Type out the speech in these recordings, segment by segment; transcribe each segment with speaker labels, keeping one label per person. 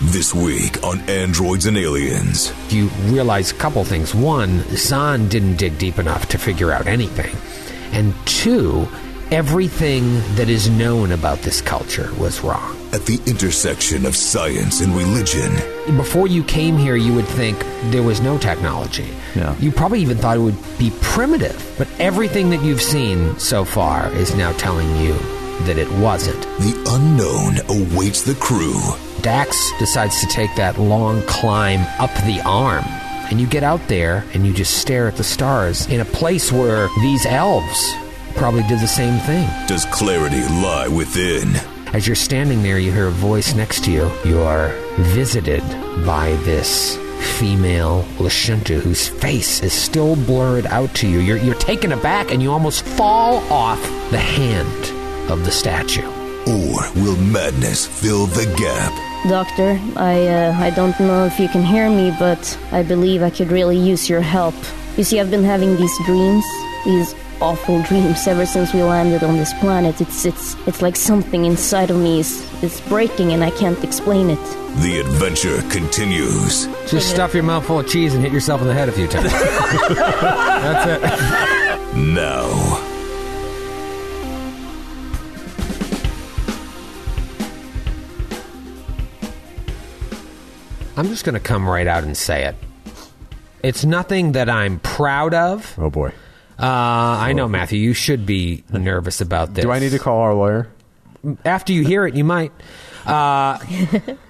Speaker 1: This week on Androids and Aliens.
Speaker 2: You realize a couple things. One, Zahn didn't dig deep enough to figure out anything. And two, everything that is known about this culture was wrong.
Speaker 1: At the intersection of science and religion,
Speaker 2: Before you came here, you would think there was no technology.
Speaker 3: Yeah.
Speaker 2: You probably even thought it would be primitive. But everything that you've seen so far is now telling you that it wasn't.
Speaker 1: the unknown awaits the crew.
Speaker 2: Dax decides to take that long climb up the arm. And you get out there and you just stare at the stars in a place where these elves probably did the same thing.
Speaker 1: Does clarity lie within?
Speaker 2: As you're standing there, you hear a voice next to you. You are visited by this female Lashunta whose face is still blurred out to you. You're, you're taken aback and you almost fall off the hand of the statue.
Speaker 1: Or will madness fill the gap?
Speaker 4: Doctor, I uh, I don't know if you can hear me, but I believe I could really use your help. You see, I've been having these dreams, these awful dreams ever since we landed on this planet. It's it's it's like something inside of me is is breaking and I can't explain it.
Speaker 1: The adventure continues.
Speaker 2: Just stuff your mouth full of cheese and hit yourself in the head a few times. That's it.
Speaker 1: Now.
Speaker 2: I'm just going to come right out and say it. It's nothing that I'm proud of.
Speaker 3: Oh boy.
Speaker 2: Uh, I know, Matthew, you should be nervous about this.
Speaker 3: Do I need to call our lawyer?
Speaker 2: after you hear it, you might. Uh,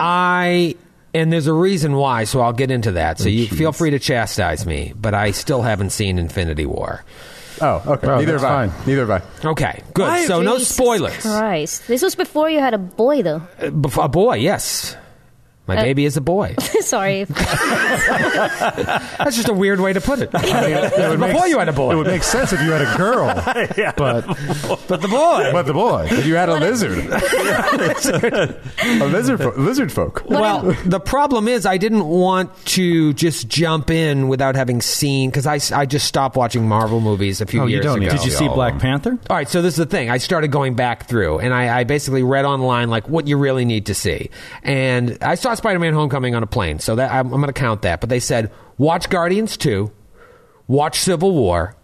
Speaker 2: I and there's a reason why, so I'll get into that. So you feel free to chastise me, but I still haven't seen Infinity War.
Speaker 3: Oh, okay.
Speaker 5: Oh,
Speaker 3: Neither have
Speaker 5: that's
Speaker 3: I.
Speaker 5: fine.
Speaker 3: Neither have I.
Speaker 2: Okay, good. so no
Speaker 4: Jesus
Speaker 2: spoilers.
Speaker 4: Christ, this was before you had a boy, though.
Speaker 2: Bef- a boy, yes. My baby is a boy.
Speaker 4: Sorry,
Speaker 2: That's just a weird way to put it. Before you had a
Speaker 5: It
Speaker 2: boy,
Speaker 5: would make sense if you had a girl, but
Speaker 2: but the boy.
Speaker 5: but the boy.
Speaker 3: If you had a lizard, a lizard, fo- lizard folk.
Speaker 2: Well, the problem is I didn't want to just jump in without having seen because I, s- I just stopped watching Marvel movies a few
Speaker 5: Oh, you
Speaker 2: years
Speaker 5: don't need
Speaker 2: ago.
Speaker 5: to
Speaker 6: Did you see Black Panther?
Speaker 2: All right, so this is the thing. I started going back through, and I, I basically read online like what you really need to see. And I saw Spider-Man: Homecoming on a plane, so that I'm, I'm going to count that. But they said watch Guardians two, watch Civil War,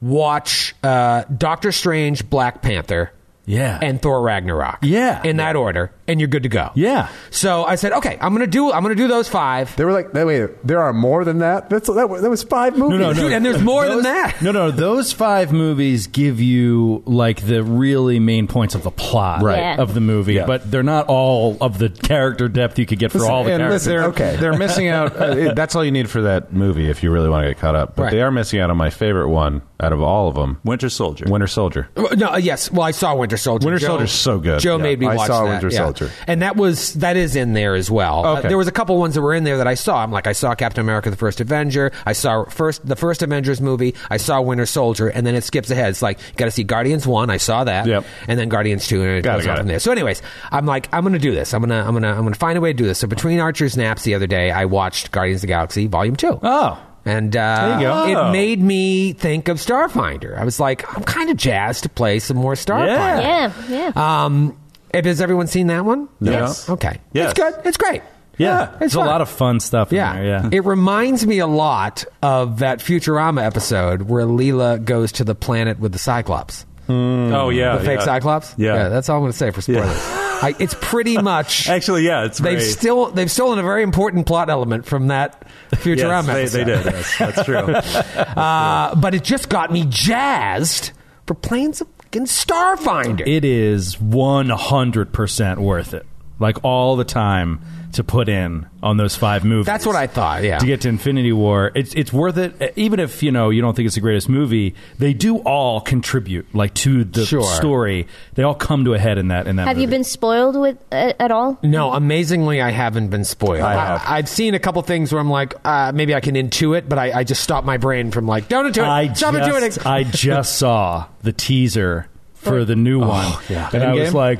Speaker 2: watch uh, Doctor Strange, Black Panther,
Speaker 6: Yeah.
Speaker 2: and Thor Ragnarok,
Speaker 6: Yeah.
Speaker 2: in that order, and you're good to go.
Speaker 6: Yeah.
Speaker 2: So I said, okay, I'm going to do I'm going to do those five.
Speaker 3: They were like, that- wait, there are more than that. That's that. was- That was five movies.
Speaker 6: No, no, no.
Speaker 2: Dude, and there's more than
Speaker 6: Those-
Speaker 2: that.
Speaker 6: No, no, those five movies give you like the really main points of the plot
Speaker 4: Right. Yeah.
Speaker 6: of the movie,
Speaker 5: Yeah.
Speaker 6: but they're not all of the character depth you could get for all the
Speaker 5: And
Speaker 6: characters.
Speaker 3: listen,
Speaker 5: they're,
Speaker 3: okay.
Speaker 5: they're missing out. Uh, it- that's all you need for that movie if you really want to get caught up. But
Speaker 2: Right.
Speaker 5: they are missing out on my favorite one out of all of them,
Speaker 7: Winter Soldier.
Speaker 5: Winter Soldier.
Speaker 2: Well, No, uh, yes. Well, I saw Winter Soldier.
Speaker 5: Winter
Speaker 2: Joe-
Speaker 5: Soldier's so good.
Speaker 2: Joe
Speaker 5: Yeah.
Speaker 2: made me
Speaker 3: I
Speaker 2: watch
Speaker 3: saw
Speaker 2: that,
Speaker 3: Winter
Speaker 2: yeah.
Speaker 3: Soldier.
Speaker 2: and that was that is in there as well. Uh,
Speaker 5: Okay.
Speaker 2: there was a couple ones that were in there that I saw. I'm like, I saw Captain America: The First Avenger. I saw first the first Avengers movie. I saw Winter Soldier, and then it skips ahead. It's like you got to see Guardians One. I saw that.
Speaker 5: Yep.
Speaker 2: And then Guardians Two, and it
Speaker 5: Got it,
Speaker 2: goes
Speaker 5: got
Speaker 2: on
Speaker 5: it.
Speaker 2: from there. So, anyways, I'm like, I'm gonna do this. I'm gonna I'm gonna I'm gonna find a way to do this. So between Archer's naps the other day, I watched Guardians of the Galaxy Volume Two.
Speaker 5: Ah.
Speaker 6: Oh.
Speaker 2: And uh,
Speaker 6: There you go.
Speaker 2: it
Speaker 6: Oh.
Speaker 2: made me think of Starfinder. I was like, I'm kind of jazzed to play some more Starfinder.
Speaker 4: yeah, yeah.
Speaker 2: Um, and has everyone seen that one?
Speaker 5: Yes.
Speaker 2: Okay.
Speaker 7: Yes.
Speaker 2: It's good. It's great.
Speaker 6: yeah.
Speaker 2: it's
Speaker 6: There's a
Speaker 2: fun.
Speaker 6: lot of fun stuff
Speaker 2: Yeah.
Speaker 6: in there. Yeah.
Speaker 2: It reminds me a lot of that Futurama episode where Leela goes to the planet with the Cyclops.
Speaker 7: Oh yeah,
Speaker 2: The fake
Speaker 7: yeah.
Speaker 2: Cyclops?
Speaker 7: Yeah.
Speaker 2: that's all I'm going to say for spoilers. I, it's pretty much.
Speaker 7: Actually, yeah, it's
Speaker 2: They've
Speaker 7: very-
Speaker 2: still they've stolen a very important plot element from that Futurama.
Speaker 7: Yes, they,
Speaker 2: episode.
Speaker 7: they did. Yes, that's true.
Speaker 2: Uh, but it just got me jazzed for playing some fucking Starfinder.
Speaker 6: it is 100% worth it. Like all the time to put in on those five movies.
Speaker 2: That's what I thought, yeah.
Speaker 6: To get to Infinity War, it's it's worth it e, even if, you know, you don't think it's the greatest movie, they do all contribute like to the
Speaker 2: Sure.
Speaker 6: story. They all come to a head in that in that
Speaker 4: Have you
Speaker 6: movie.
Speaker 4: been spoiled with uh, at all?
Speaker 2: No, amazingly, I haven't been spoiled. I
Speaker 5: have.
Speaker 2: I, have seen a couple things where I'm like, uh, maybe I can intuit, but I, I just stop my brain from like, don't intuit,
Speaker 6: I
Speaker 2: stop
Speaker 6: just,
Speaker 2: intuiting.
Speaker 6: I
Speaker 2: Oh,
Speaker 6: just saw the teaser for the new one, and I was
Speaker 5: Endgame?
Speaker 6: like,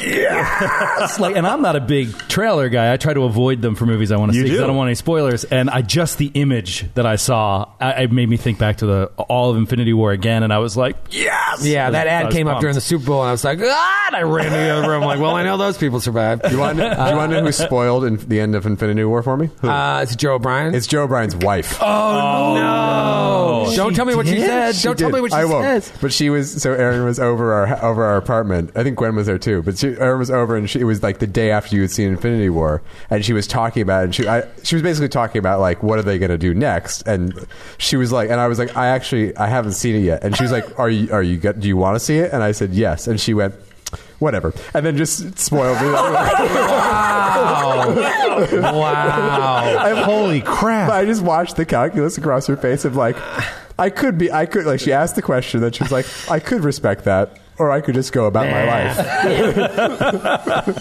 Speaker 6: It's like, and I'm not a big trailer guy. I try to avoid them for movies I want to
Speaker 7: You
Speaker 6: see because
Speaker 7: do.
Speaker 6: I don't want any spoilers. And I just the image that I saw, I, it made me think back to the all of Infinity War again, and I was like, yes.
Speaker 2: Yeah, that
Speaker 6: I
Speaker 2: ad
Speaker 6: was
Speaker 2: came up
Speaker 6: pumped.
Speaker 2: during the Super Bowl, and I was like, ah! And I ran to the other room, like, well, I know those people survived.
Speaker 3: Do you want to, do you want to know who spoiled in the end of Infinity War for me? Who?
Speaker 2: Uh, it's Joe O'Brien.
Speaker 3: it's Joe Bryan's wife.
Speaker 2: no! Don't tell me what Oh, she
Speaker 6: did?
Speaker 2: said. Don't tell
Speaker 3: did.
Speaker 2: me what she
Speaker 3: I won't.
Speaker 2: says.
Speaker 3: But she was so Erin was over our over our apartment. I think Gwen was there too. But she, Erin was over, and she it was like the day after you had seen Infinity War, and she was talking about it. And she I, she was basically talking about like what are they going to do next? And she was like, and I was like, I actually I haven't seen it yet. And she was like, Are you are you go- do you want to see it? And I said yes. And she went. Whatever, and then just spoiled me.
Speaker 2: Wow. wow.
Speaker 3: I'm
Speaker 5: Holy crap!
Speaker 3: But I just watched the calculus across her face of like, I could be, I could like. She asked the question, then she was like, I could respect that, or I could just go about my life.
Speaker 7: Do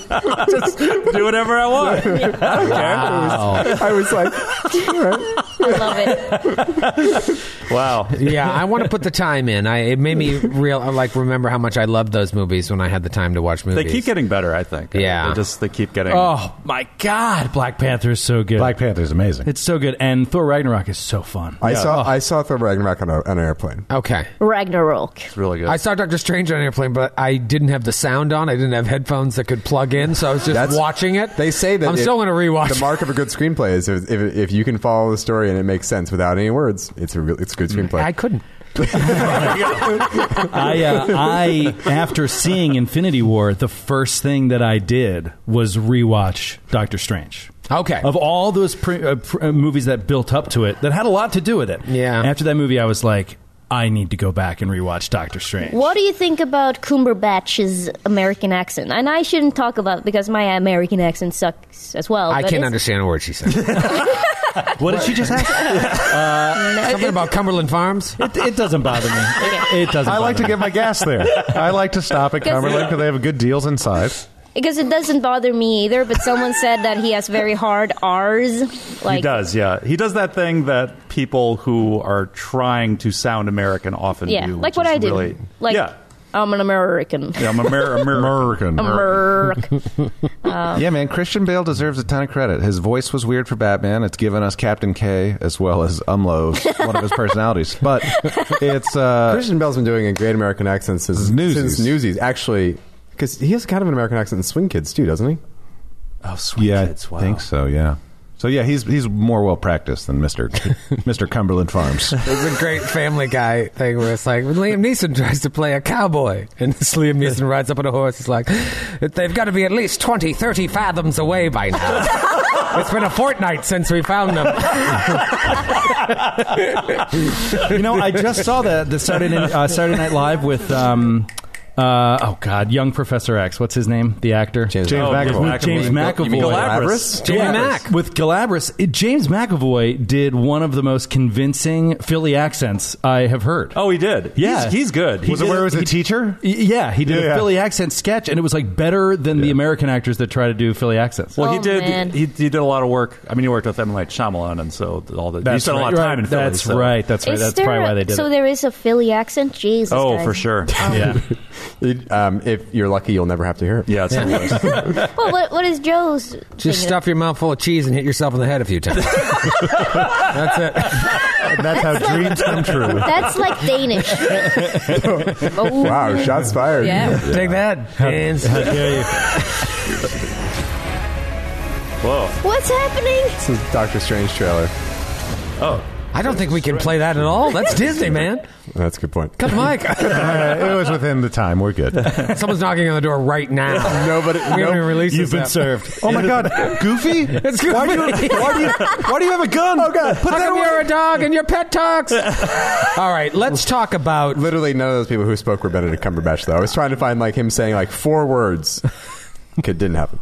Speaker 7: whatever I want.
Speaker 2: Wow.
Speaker 3: I was like,
Speaker 4: I love it.
Speaker 7: Wow.
Speaker 2: yeah, I want to put the time in. I it made me real uh, like remember how much I loved those movies when I had the time to watch
Speaker 7: They
Speaker 2: movies.
Speaker 7: keep getting better, I think.
Speaker 2: Yeah.
Speaker 7: They just they keep getting.
Speaker 6: Oh my God, Black Panther is so good.
Speaker 5: Black Panther's amazing.
Speaker 6: it's so good, and Thor Ragnarok is so fun.
Speaker 3: I saw, I saw Thor Ragnarok on, a, on an airplane.
Speaker 2: okay.
Speaker 4: Ragnarok.
Speaker 7: It's really good.
Speaker 2: I saw Doctor Strange on an airplane, but I didn't have the sound on. I didn't have headphones that could plug in, so I was just
Speaker 3: That's-
Speaker 2: watching it.
Speaker 3: They say that
Speaker 2: I'm
Speaker 3: it-
Speaker 2: still going to rewatch.
Speaker 3: The mark of a good screenplay is if, if, if you can follow the story and it makes sense without any words. It's a real, it's a good screenplay.
Speaker 2: Mm, I couldn't.
Speaker 6: I, uh, I after seeing Infinity War, the first thing that I did was rewatch Doctor Strange.
Speaker 2: Okay.
Speaker 6: Of all those pre- uh, pr- uh, movies that built up to it, that had a lot to do with it.
Speaker 2: Yeah.
Speaker 6: After that movie, I was like, I need to go back and rewatch Doctor Strange.
Speaker 4: What do you think about Cumberbatch's American accent? And I shouldn't talk about it because my American accent sucks as well.
Speaker 2: I
Speaker 4: but
Speaker 2: can't
Speaker 4: it's-
Speaker 2: understand a word she said.
Speaker 6: What did she just have?
Speaker 2: Something about Cumberland Farms.
Speaker 6: it, it doesn't bother me. It, it doesn't.
Speaker 5: I like to
Speaker 6: bother
Speaker 5: get my gas there. I like to stop at Cumberland because they have good deals inside.
Speaker 4: Because it doesn't bother me either, but someone said that he has very hard R's. Like,
Speaker 7: he does, yeah. He does that thing that people who are trying to sound American often
Speaker 4: Yeah,
Speaker 7: do.
Speaker 4: like
Speaker 7: which
Speaker 4: what
Speaker 7: is
Speaker 4: I did.
Speaker 7: really-
Speaker 4: like,
Speaker 7: yeah.
Speaker 4: I'm an American.
Speaker 7: yeah, I'm Amer- Amer-
Speaker 5: American.
Speaker 4: American.
Speaker 5: Yeah, man. Christian Bale deserves a ton of credit. His voice was weird for Batman. It's given us Captain K as well as Umlo, one of his personalities. But it's uh,
Speaker 3: Christian Bell's been doing a great American accent since
Speaker 5: Newsies.
Speaker 3: since Newsies. Actually, because he has kind of an American accent in Swing Kids too, doesn't he?
Speaker 7: Oh, sweet
Speaker 5: yeah,
Speaker 7: kids. Wow.
Speaker 5: I think so. Yeah. So yeah, he's he's more well practiced than Mister Mister Cumberland Farms.
Speaker 2: It was a great Family Guy thing where it's like when Liam Neeson tries to play a cowboy, and this Liam Neeson rides up on a horse. He's like, they've got to be at least 20, 30 fathoms away by now. it's been a fortnight since we found them.
Speaker 6: you know, I just saw that the Saturday uh, Saturday Night Live with um, uh, oh god, young Professor X. What's his name? The actor
Speaker 3: James
Speaker 5: James
Speaker 7: Oh,
Speaker 5: McAvoy.
Speaker 6: With James McAvoy.
Speaker 7: You mean Galabras?
Speaker 2: Jamie Mack.
Speaker 6: With Galabras, it- James McAvoy did one of the most convincing Philly accents I have heard.
Speaker 7: Oh, he did.
Speaker 6: Yeah.
Speaker 7: He's, he's good. He
Speaker 5: Was it
Speaker 7: did-
Speaker 5: where it was
Speaker 7: he-
Speaker 5: a teacher?
Speaker 6: Y- Yeah, he did
Speaker 5: Yeah,
Speaker 6: a
Speaker 5: yeah.
Speaker 6: Philly accent sketch, and it was like better than the American actors that try to do Philly accents.
Speaker 7: Well, he
Speaker 4: Oh, man.
Speaker 7: did. He, he did a lot of work. I mean, he worked with M. Night Shyamalan, and so all the. he spent a lot of
Speaker 6: right,
Speaker 7: time in Philly.
Speaker 6: That's
Speaker 7: so-
Speaker 6: right. That's right.
Speaker 4: Is
Speaker 6: That's
Speaker 4: there
Speaker 6: probably
Speaker 4: a-
Speaker 6: why they did
Speaker 4: so
Speaker 6: it.
Speaker 4: there is a Philly accent? Jesus.
Speaker 7: Oh,
Speaker 4: guys.
Speaker 7: for sure.
Speaker 6: yeah.
Speaker 3: It- um, if you're lucky, you'll never have to hear it.
Speaker 7: Yeah, it's hilarious.
Speaker 4: Well, what, what is Joe's? thing?
Speaker 2: Just stuff your mouth full of cheese and hit yourself in the head a few times. That's it.
Speaker 5: That's how dreams come true.
Speaker 4: That's like Danish. Oh.
Speaker 3: Wow, shots fired.
Speaker 8: Yeah.
Speaker 2: Take that. Hands.
Speaker 7: Whoa.
Speaker 4: What's happening?
Speaker 3: This is Doctor Strange trailer.
Speaker 2: I don't think we can play that at all. That's Disney, man.
Speaker 3: That's a good point.
Speaker 2: Cut the mic.
Speaker 5: Uh, it was within the time. We're good.
Speaker 2: Someone's knocking on the door right now.
Speaker 3: Nobody,
Speaker 2: We haven't even
Speaker 3: no,
Speaker 2: released this
Speaker 6: You've been
Speaker 2: app.
Speaker 6: served.
Speaker 5: Oh my God, Goofy!
Speaker 2: It's good.
Speaker 5: Why do you, why do you, why do you have a gun? Oh God, put
Speaker 2: How
Speaker 5: that
Speaker 2: come
Speaker 5: away.
Speaker 2: you're a dog and your pet talks? All right, let's talk about.
Speaker 3: literally none of those people who spoke were Benedict Cumberbatch though. I was trying to find like him saying like four words. Okay, didn't happen.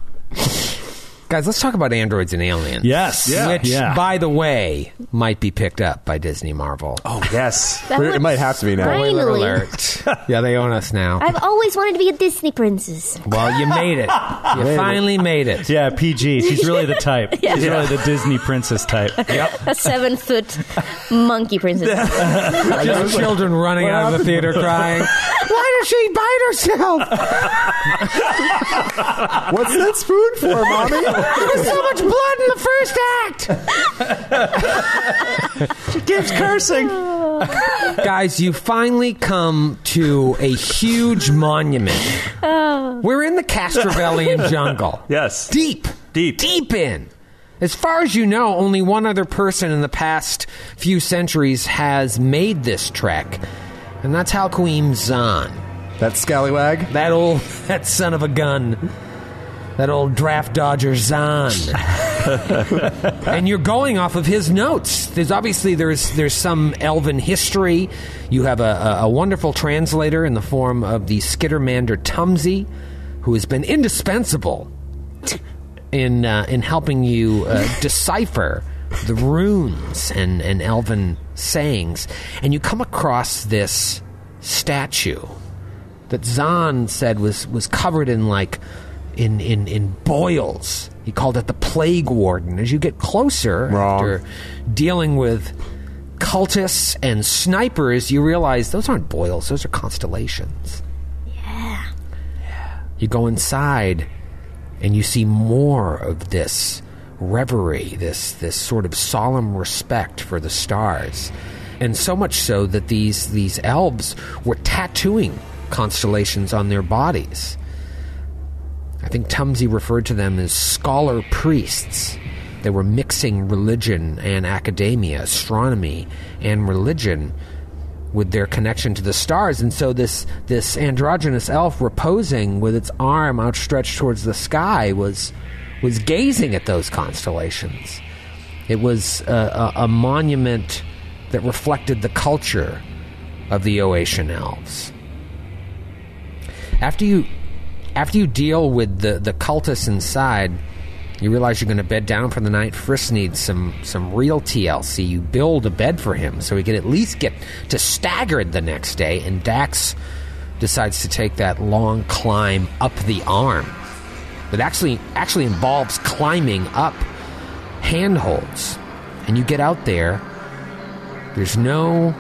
Speaker 2: Guys, let's talk about androids and aliens.
Speaker 6: Yes. Yeah.
Speaker 2: Which,
Speaker 6: Yeah.
Speaker 2: by the way, might be picked up by Disney Marvel. Oh,
Speaker 7: Yes.
Speaker 4: That
Speaker 3: It
Speaker 4: looks-
Speaker 3: might have to be now.
Speaker 2: spoiler
Speaker 4: Finally.
Speaker 2: alert. yeah, they own us now.
Speaker 4: I've always wanted to be a Disney princess.
Speaker 2: well, you made it. You finally made it.
Speaker 6: Yeah, PG. She's really the type. She's really the Disney princess type.
Speaker 4: A seven foot monkey princess.
Speaker 2: Just children running out of the theater crying. Why gosh, she bite herself.
Speaker 3: What's that spoon for, mommy?
Speaker 2: There was so much blood in the first act.
Speaker 7: Keeps cursing.
Speaker 2: Guys, you finally come to a huge monument. We're in the Castrovellian jungle.
Speaker 7: Yes.
Speaker 2: Deep.
Speaker 7: Deep.
Speaker 2: Deep in. As far as you know, only one other person in the past few centuries has made this trek, and that's Halquim Zahn.
Speaker 3: that scallywag.
Speaker 2: That old that son of a gun. That old draft dodger Zahn. and you're going off of his notes. There's obviously there's there's some elven history. You have a, a, a wonderful translator in the form of the Skittermander Tumsy, who has been indispensable in uh, in helping you uh, decipher the runes and, and elven sayings. And you come across this statue that Zahn said was, was covered in like in, in in boils. He called it the plague warden. As you get closer
Speaker 3: Wrong.
Speaker 2: after dealing with cultists and snipers, you realize those aren't boils, those are constellations. Yeah. You go inside and you see more of this reverie, this this sort of solemn respect for the stars, and so much so that these these elves were tattooing constellations on their bodies. I think Tumsy referred to them as scholar priests. They were mixing religion and academia, astronomy and religion with their connection to the stars. And so this this androgynous elf reposing with its arm outstretched towards the sky was was gazing at those constellations. It was a, a, a monument that reflected the culture of the Oatian elves. After you after you deal with the, the cultists inside, you realize you're going to bed down for the night. Frisk needs some some real TLC. You build a bed for him so he can at least get to staggered the next day. And Dax decides to take that long climb up the arm. That actually actually involves climbing up handholds. And you get out there. There's no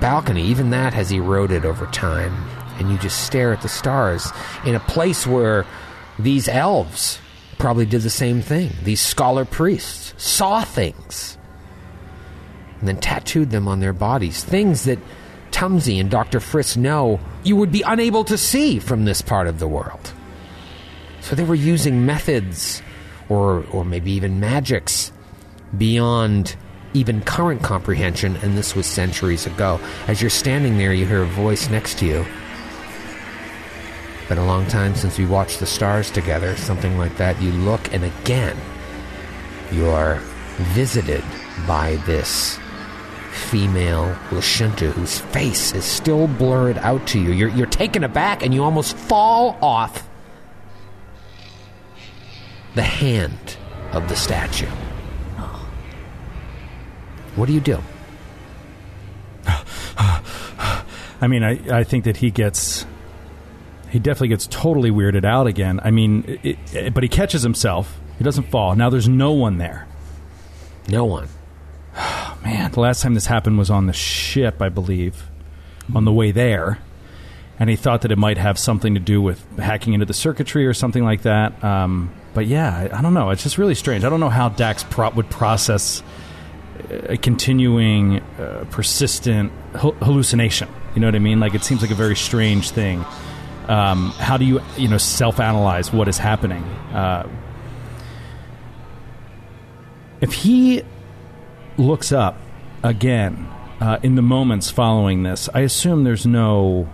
Speaker 2: balcony. Even that has eroded over time. And you just stare at the stars in a place where these elves probably did the same thing. These scholar priests saw things and then tattooed them on their bodies. Things that Tumsy and Dr. Frisk know you would be unable to see from this part of the world. So they were using methods or, or maybe even magics beyond even current comprehension, and this was centuries ago. As you're standing there, you hear a voice next to you. Been a long time since we watched the stars together, something like that. You look, and again, you are visited by this female Lashunta whose face is still blurred out to you. You're, you're taken aback, and you almost fall off the hand of the statue. What do you do?
Speaker 6: I mean, I, I think that he gets. He definitely gets totally weirded out again. I mean, it, it, but he catches himself. He doesn't fall. Now there's no one there. Oh,
Speaker 2: No one.
Speaker 6: Man, the last time this happened was on the ship, I believe, on the way there. And he thought that it might have something to do with hacking into the circuitry or something like that. Um, but yeah, I, I don't know. It's just really strange. I don't know how Dax pro- would process a continuing, uh, persistent hal- hallucination. You know what I mean? Like it seems like a very strange thing. Um, how do you, you know, self-analyze what is happening? Uh, if he looks up again uh, in the moments following this, I assume there's no.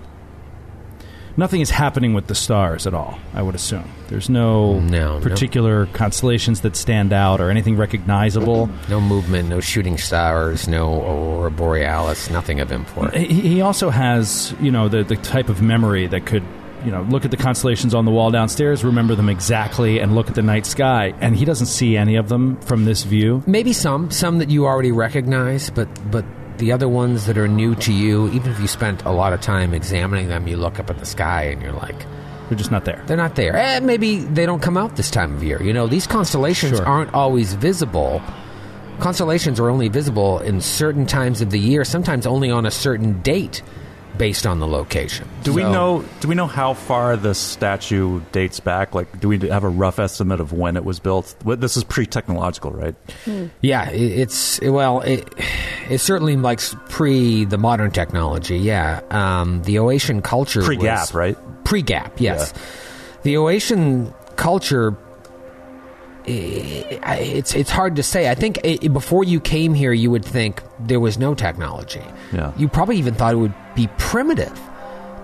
Speaker 6: Nothing is happening with the stars at all, I would assume. There's no,
Speaker 2: No, no.
Speaker 6: particular constellations that stand out or anything recognizable.
Speaker 2: No movement, no shooting stars, no aurora borealis, nothing of import.
Speaker 6: He, he also has, you know, the, the type of memory that could, you know, look at the constellations on the wall downstairs, remember them exactly, and look at the night sky. And he doesn't see any of them from this view.
Speaker 2: Maybe some, some that you already recognize, but but the other ones that are new to you, even if you spent a lot of time examining them, you look up at the sky and you're like,
Speaker 6: They're just not there.
Speaker 2: they're not there. Eh, maybe they don't come out this time of year. You know, these constellations
Speaker 6: Sure.
Speaker 2: aren't always visible. Constellations are only visible in certain times of the year, sometimes only on a certain date based on the location.
Speaker 7: Do we
Speaker 2: So-
Speaker 7: know? Do we know how far this statue dates back? Like, do we have a rough estimate of when it was built? Well, This is pre-technological, right?
Speaker 2: Yeah, i it's well, it, it's certainly like s- pre the modern technology. Yeah, um, the Oasian culture
Speaker 7: Pre-Gap,
Speaker 2: was-
Speaker 7: right?
Speaker 2: Pre-gap, yes. The Oasian culture. i- i- It's it's hard to say. I think i i- before you came here, you would think there was no technology.
Speaker 7: Yeah.
Speaker 2: You probably even thought it would be primitive,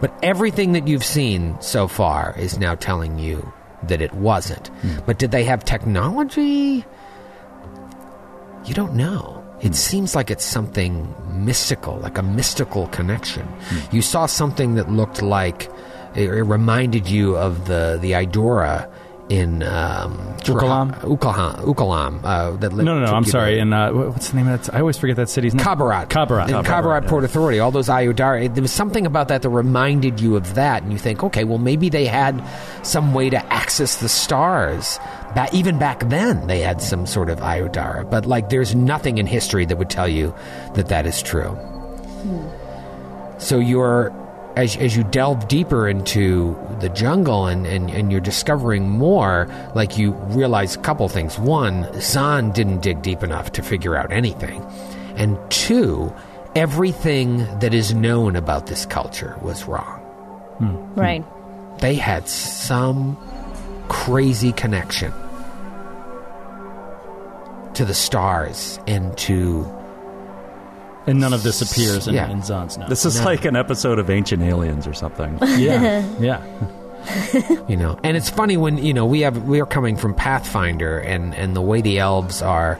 Speaker 2: but everything that you've seen so far is now telling you that it wasn't.
Speaker 7: Hmm.
Speaker 2: But did they have technology? You don't know. It seems like it's something mystical, like a mystical connection.
Speaker 6: Hmm.
Speaker 2: You saw something that looked like it, it reminded you of the the Idora in um,
Speaker 6: Ukalam?
Speaker 2: Ukalam, Ukalam. Uh, that
Speaker 6: No,
Speaker 2: li-
Speaker 6: no, no.
Speaker 2: took
Speaker 6: I'm
Speaker 2: you
Speaker 6: sorry.
Speaker 2: there.
Speaker 6: And uh, wh- what's the name of that? I always forget that city's name.
Speaker 2: Kabarat.
Speaker 6: Mm-hmm. Kabarat.
Speaker 2: In
Speaker 6: Kabarat.
Speaker 2: Kabarat, Port Authority, all those Ayodara. There was something about that that reminded you of that, and you think, okay, well, maybe they had some way to access the stars. Ba- even back then, they had some sort of Ayodara. But, like, there's nothing in history that would tell you that that is true. So you're. As, as you delve deeper into the jungle and, and, and you're discovering more, like you realize a couple things. One, Zahn didn't dig deep enough to figure out anything. And two, everything that is known about this culture was wrong.
Speaker 4: Right.
Speaker 2: They had some crazy connection to the stars and to
Speaker 6: And none of this appears in,
Speaker 2: Yeah.
Speaker 6: in Zahn's now.
Speaker 7: This is like an episode of Ancient Aliens or something.
Speaker 6: yeah, yeah.
Speaker 2: you know and it's funny when you know we have we are coming from pathfinder and and the way the elves are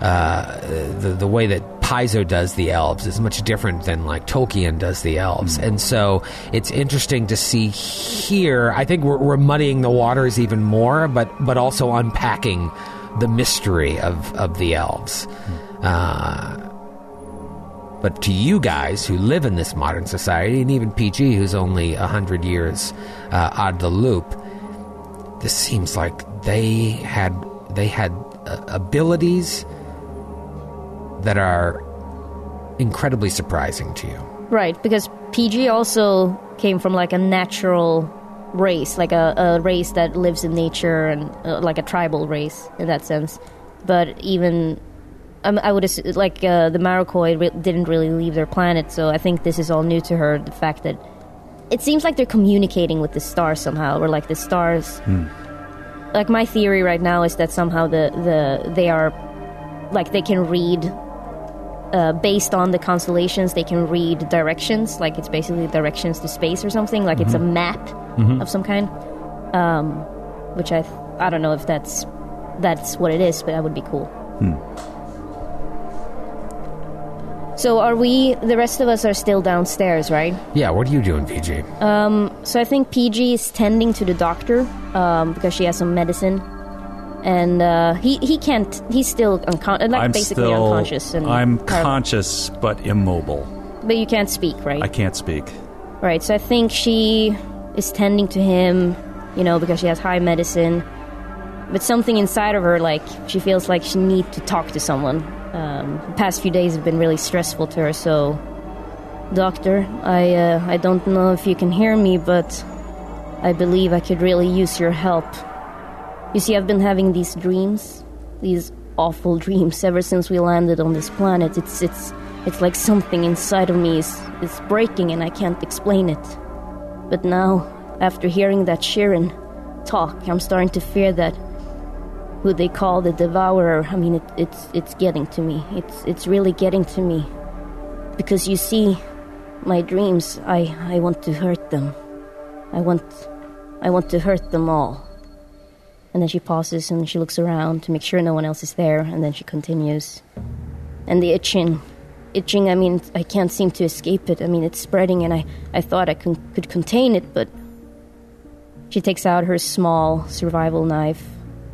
Speaker 2: uh, the, the way that Paizo does the elves is much different than like Tolkien does the elves. And so it's interesting to see here. I think we're, we're muddying the waters even more, but, but also unpacking the mystery of, of the elves. Uh, but to you guys who live in this modern society, and even PG, who's only 100 years uh, out of the loop, this seems like they had they had uh, abilities that are incredibly surprising to you.
Speaker 4: Right, because PG also came from like a natural race, like a, a race that lives in nature and uh, like a tribal race in that sense. But even um, I would assume, like uh, the Marikoi re- didn't really leave their planet, so I think this is all new to her. The fact that it seems like they're communicating with the stars somehow, or like the stars. Like my theory right now is that somehow the, the they are like they can read uh, based on the constellations they can read directions like it's basically directions to space or something like it's
Speaker 7: Mm-hmm.
Speaker 4: a map of some kind um, which i th- i don't know if that's that's what it is but that would be cool
Speaker 7: Hmm.
Speaker 4: so are we the rest of us are still downstairs right
Speaker 2: Yeah, what are you doing, PG?
Speaker 4: so I think PG is tending to the doctor um, because she has some medicine, and uh, he he can't. He's still unconscious, like
Speaker 7: I'm
Speaker 4: basically
Speaker 7: still.
Speaker 4: unconscious. And
Speaker 7: I'm
Speaker 4: par-
Speaker 7: conscious but immobile.
Speaker 4: but you can't speak, right?
Speaker 7: I can't speak.
Speaker 4: Right. So I think she is tending to him, you know, because she has high medicine, but something inside of her, like she feels like she needs to talk to someone. Um, the past few days have been really stressful to her, so. Doctor, I uh, I don't know if you can hear me, but I believe I could really use your help. You see, I've been having these dreams, these awful dreams ever since we landed on this planet. It's it's it's like something inside of me is is breaking and I can't explain it. But now, after hearing that Sheeran talk, I'm starting to fear that who they call the devourer, I mean it, it's it's getting to me. It's it's really getting to me. Because you see, my dreams, I, I want to hurt them. I want I want to hurt them all. And then she pauses and she looks around to make sure no one else is there, and then she continues. And the itching. Itching, I mean, I can't seem to escape it. I mean, it's spreading, and I, I thought I con- could contain it, but. She takes out her small survival knife,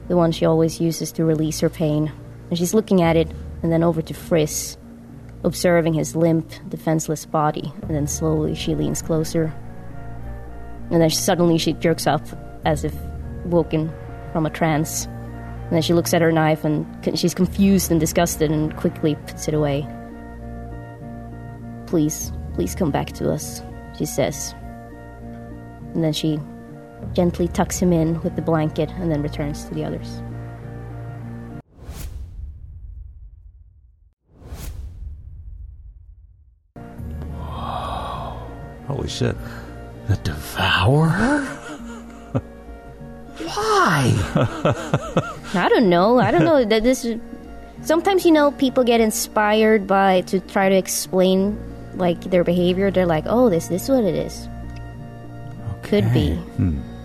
Speaker 4: the one she always uses to release her pain, and she's looking at it, and then over to Friss, observing his limp, defenseless body, and then slowly she leans closer. And then suddenly she jerks up as if woken from a trance. And then she looks at her knife and con- she's confused and disgusted and quickly puts it away. Please, please come back to us. she says. And then she gently tucks him in with the blanket and then returns to the others.
Speaker 7: Holy shit.
Speaker 2: The Devourer? Why?
Speaker 4: I don't know. I don't know that this. is- Sometimes you know people get inspired by to try to explain like their behavior. They're like, "Oh, this this is what it is." Could be,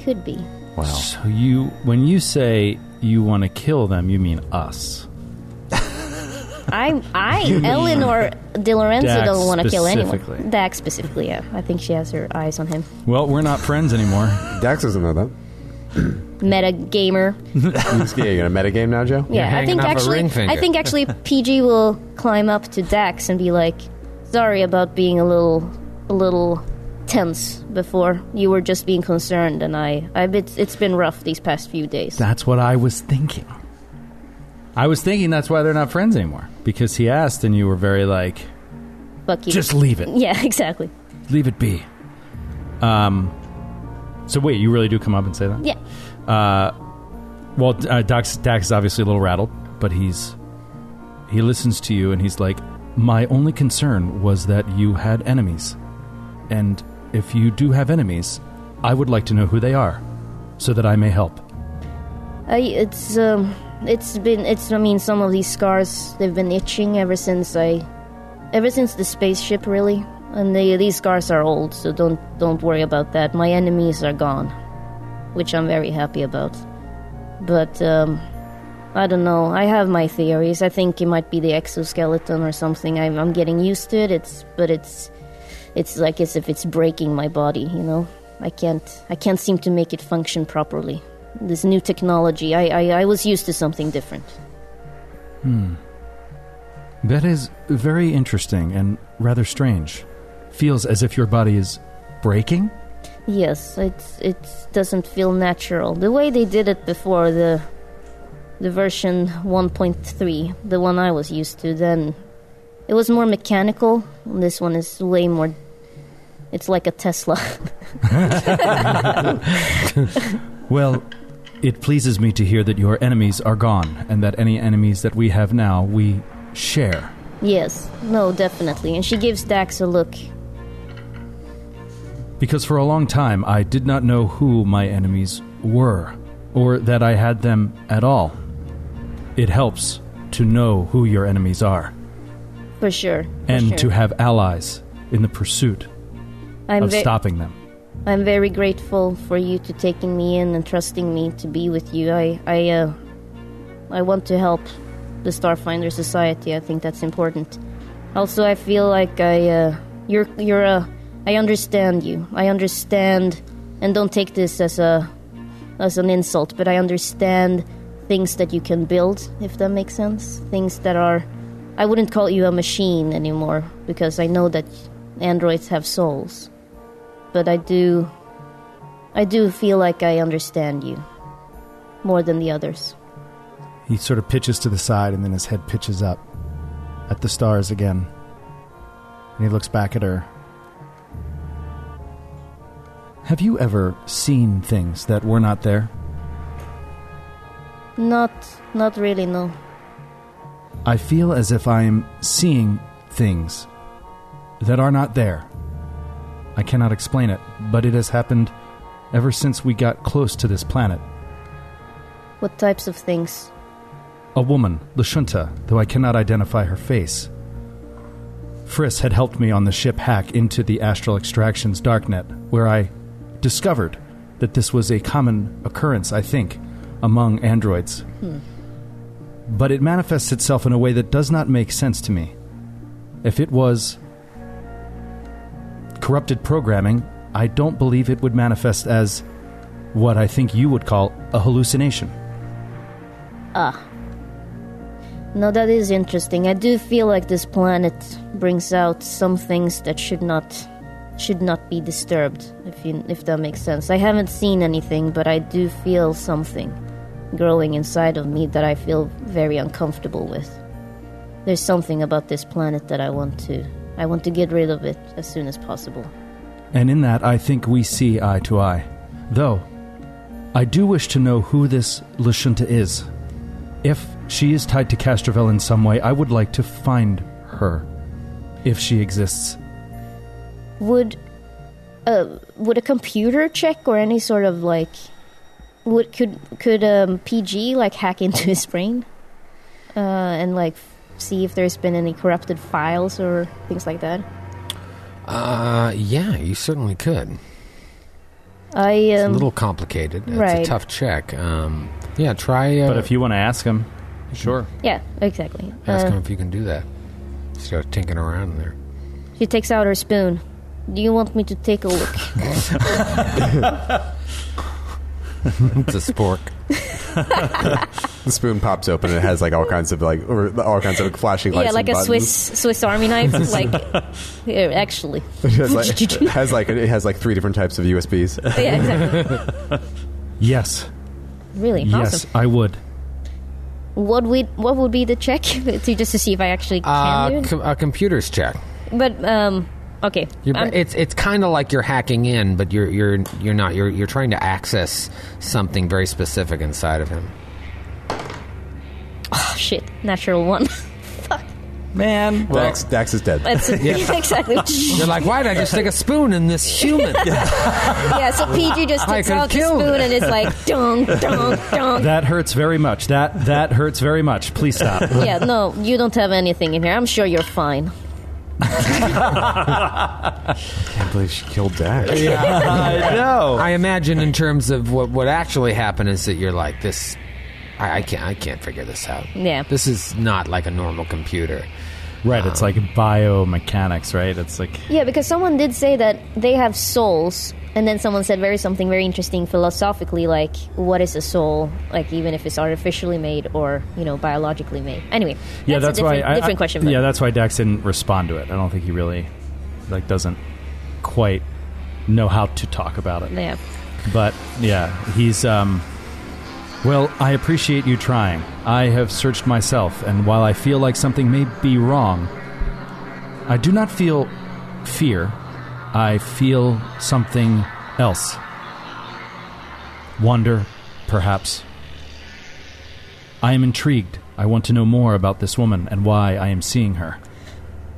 Speaker 4: could be.
Speaker 7: Wow.
Speaker 6: So you, when you say you want to kill them, you mean us.
Speaker 4: I, I, Eleanor De Lorenzo
Speaker 6: Dax
Speaker 4: don't want to kill
Speaker 6: specifically.
Speaker 4: anyone. Dax specifically, yeah. I think she has her eyes on him.
Speaker 6: Well, we're not friends anymore.
Speaker 3: Dax doesn't know that.
Speaker 4: Meta gamer.
Speaker 3: He's, yeah, you gonna metagame now, Joe?
Speaker 4: Yeah, I
Speaker 2: hanging
Speaker 4: think
Speaker 2: off a
Speaker 4: actually,
Speaker 2: ring finger.
Speaker 4: I think actually, PG will climb up to Dax and be like, "Sorry about being a little, a little tense before. You were just being concerned, and I, I it's, it's been rough these past few days."
Speaker 6: That's what I was thinking. I was thinking that's why they're not friends anymore because he asked, and you were very like,
Speaker 4: Fuck you.
Speaker 6: just leave it,
Speaker 4: yeah, exactly.
Speaker 6: leave it be. Um. So wait, you really do come up and say that?
Speaker 4: Yeah,
Speaker 6: Well, uh, Dax, Dax is obviously a little rattled, but he's he listens to you and he's like, "My only concern was that you had enemies, and if you do have enemies, I would like to know who they are, so that I may help."
Speaker 4: I, it's, um, it's been, it's. I mean, some of these scars they've been itching ever since I, ever since the spaceship, really. And they, these scars are old, so don't don't worry about that. My enemies are gone, which I'm very happy about. But um, I don't know. I have my theories. I think it might be the exoskeleton or something. I'm, I'm getting used to it. It's but it's it's like as if it's breaking my body. You know, I can't I can't seem to make it function properly. This new technology. I I, I was used to something different.
Speaker 6: That is very interesting and rather strange. Feels as if your body is breaking.
Speaker 4: Yes, it's it doesn't feel natural. The way they did it before the the version 1.3, the one I was used to then, it was more mechanical. This one is way more it's like a Tesla.
Speaker 6: Well, it pleases me to hear that your enemies are gone, and that any enemies that we have now we share.
Speaker 4: yes. No, definitely. And she gives Dax a look.
Speaker 6: Because for a long time I did not know who my enemies were, or that I had them at all. It helps to know who your enemies are,
Speaker 4: For sure. for
Speaker 6: and
Speaker 4: sure.
Speaker 6: to have allies in the pursuit
Speaker 4: I'm
Speaker 6: of
Speaker 4: ve-
Speaker 6: stopping them.
Speaker 4: I'm very grateful for you to taking me in and trusting me to be with you. I I uh, I want to help the Starfinder Society. I think that's important. Also, I feel like I uh, you're you're a I understand you. I understand, and don't take this as a as an insult, but I understand things that you can build, if that makes sense. Things that are I wouldn't call you a machine anymore because I know that androids have souls but I do I do feel like I understand you more than the others.
Speaker 8: He sort of pitches to the side and then his head pitches up at the stars again. And he looks back at her.
Speaker 6: Have you ever seen things that were not there?
Speaker 4: Not not really no.
Speaker 6: I feel as if I am seeing things that are not there. I cannot explain it, but it has happened ever since we got close to this planet.
Speaker 4: What types of things?
Speaker 6: A woman, Lashunta, though I cannot identify her face. Friss had helped me on the ship hack into the Astral Extractions Darknet, where I discovered that this was a common occurrence, I think, among androids. But it manifests itself in a way that does not make sense to me. If it was corrupted programming, I don't believe it would manifest as what I think you would call a hallucination.
Speaker 4: No, that is interesting. I do feel like this planet brings out some things that should not should not be disturbed, if you, if that makes sense. I haven't seen anything, but I do feel something growing inside of me that I feel very uncomfortable with. There's something about this planet that I want to I want to get rid of it as soon as possible.
Speaker 6: and in that I think we see eye to eye. Though, I do wish to know who this Lashunta is. If she is tied to Castrovel in some way, I would like to find her. If she exists.
Speaker 4: Would uh, would a computer check or any sort of like would could could um, PG like hack into his brain uh, and like f- see if there's been any corrupted files or things like that?
Speaker 2: Uh, yeah, you certainly could.
Speaker 4: I
Speaker 2: It's a
Speaker 4: um,
Speaker 2: little complicated.
Speaker 4: right.
Speaker 2: It's a tough check. Um, yeah, try. Uh,
Speaker 6: But if you want to ask him, sure.
Speaker 4: yeah exactly.
Speaker 2: ask
Speaker 4: Uh,
Speaker 2: him if you can do that. Start tinkering around in there.
Speaker 4: She takes out her spoon. Do you want me to take a look?
Speaker 2: It's a spork.
Speaker 3: The spoon pops open and it has like all kinds of like or all kinds of flashing lights.
Speaker 4: yeah, like
Speaker 3: and
Speaker 4: a
Speaker 3: buttons.
Speaker 4: Swiss Swiss Army knife. like here, actually,
Speaker 3: It has like, it has like it has like three different types of USBs.
Speaker 4: yeah, exactly.
Speaker 6: Yes.
Speaker 4: Really,
Speaker 6: Yes,
Speaker 4: awesome.
Speaker 6: I would.
Speaker 4: What would what would be the check to just to see if I actually can do
Speaker 2: Uh,
Speaker 4: it?
Speaker 2: com- a computer's check.
Speaker 4: But um, okay,
Speaker 2: You're,
Speaker 4: I'm-
Speaker 2: it's it's kind of like you're hacking in, but you're you're you're not. You're you're trying to access something very specific inside of him.
Speaker 4: oh, shit, natural one.
Speaker 7: Man,
Speaker 3: Dax, Dax is dead.
Speaker 4: That's exactly.
Speaker 2: You're like, why did I just stick a spoon in this human?
Speaker 4: yeah, so PG just
Speaker 2: I
Speaker 4: takes
Speaker 2: could
Speaker 4: out the
Speaker 2: kill
Speaker 4: spoon
Speaker 2: it.
Speaker 4: and it's like dong dong dong.
Speaker 6: That hurts very much. That that hurts very much. Please stop.
Speaker 4: Yeah, no, you don't have anything in here. I'm sure you're fine.
Speaker 3: can't believe she killed Dax.
Speaker 6: I know.
Speaker 2: I imagine in terms of what what actually happened is that you're like this. I, I can't I can't figure this out.
Speaker 4: Yeah.
Speaker 2: this is not like a normal computer.
Speaker 6: Right, it's like biomechanics, right? It's like
Speaker 4: Yeah, because someone did say that they have souls, and then someone said very something very interesting philosophically, like what is a soul, like even if it's artificially made or you know biologically made. Anyway,
Speaker 6: yeah, that's,
Speaker 4: a different,
Speaker 6: why I-
Speaker 4: different
Speaker 6: I,
Speaker 4: question. But
Speaker 6: yeah, that's why Dax didn't respond to it. I don't think he really like doesn't quite know how to talk about it.
Speaker 4: yeah.
Speaker 6: But yeah, he's um well, I appreciate you trying. I have searched myself and while I feel like something may be wrong, I do not feel fear. I feel something else. Wonder, perhaps. I am intrigued. I want to know more about this woman and why I am seeing her.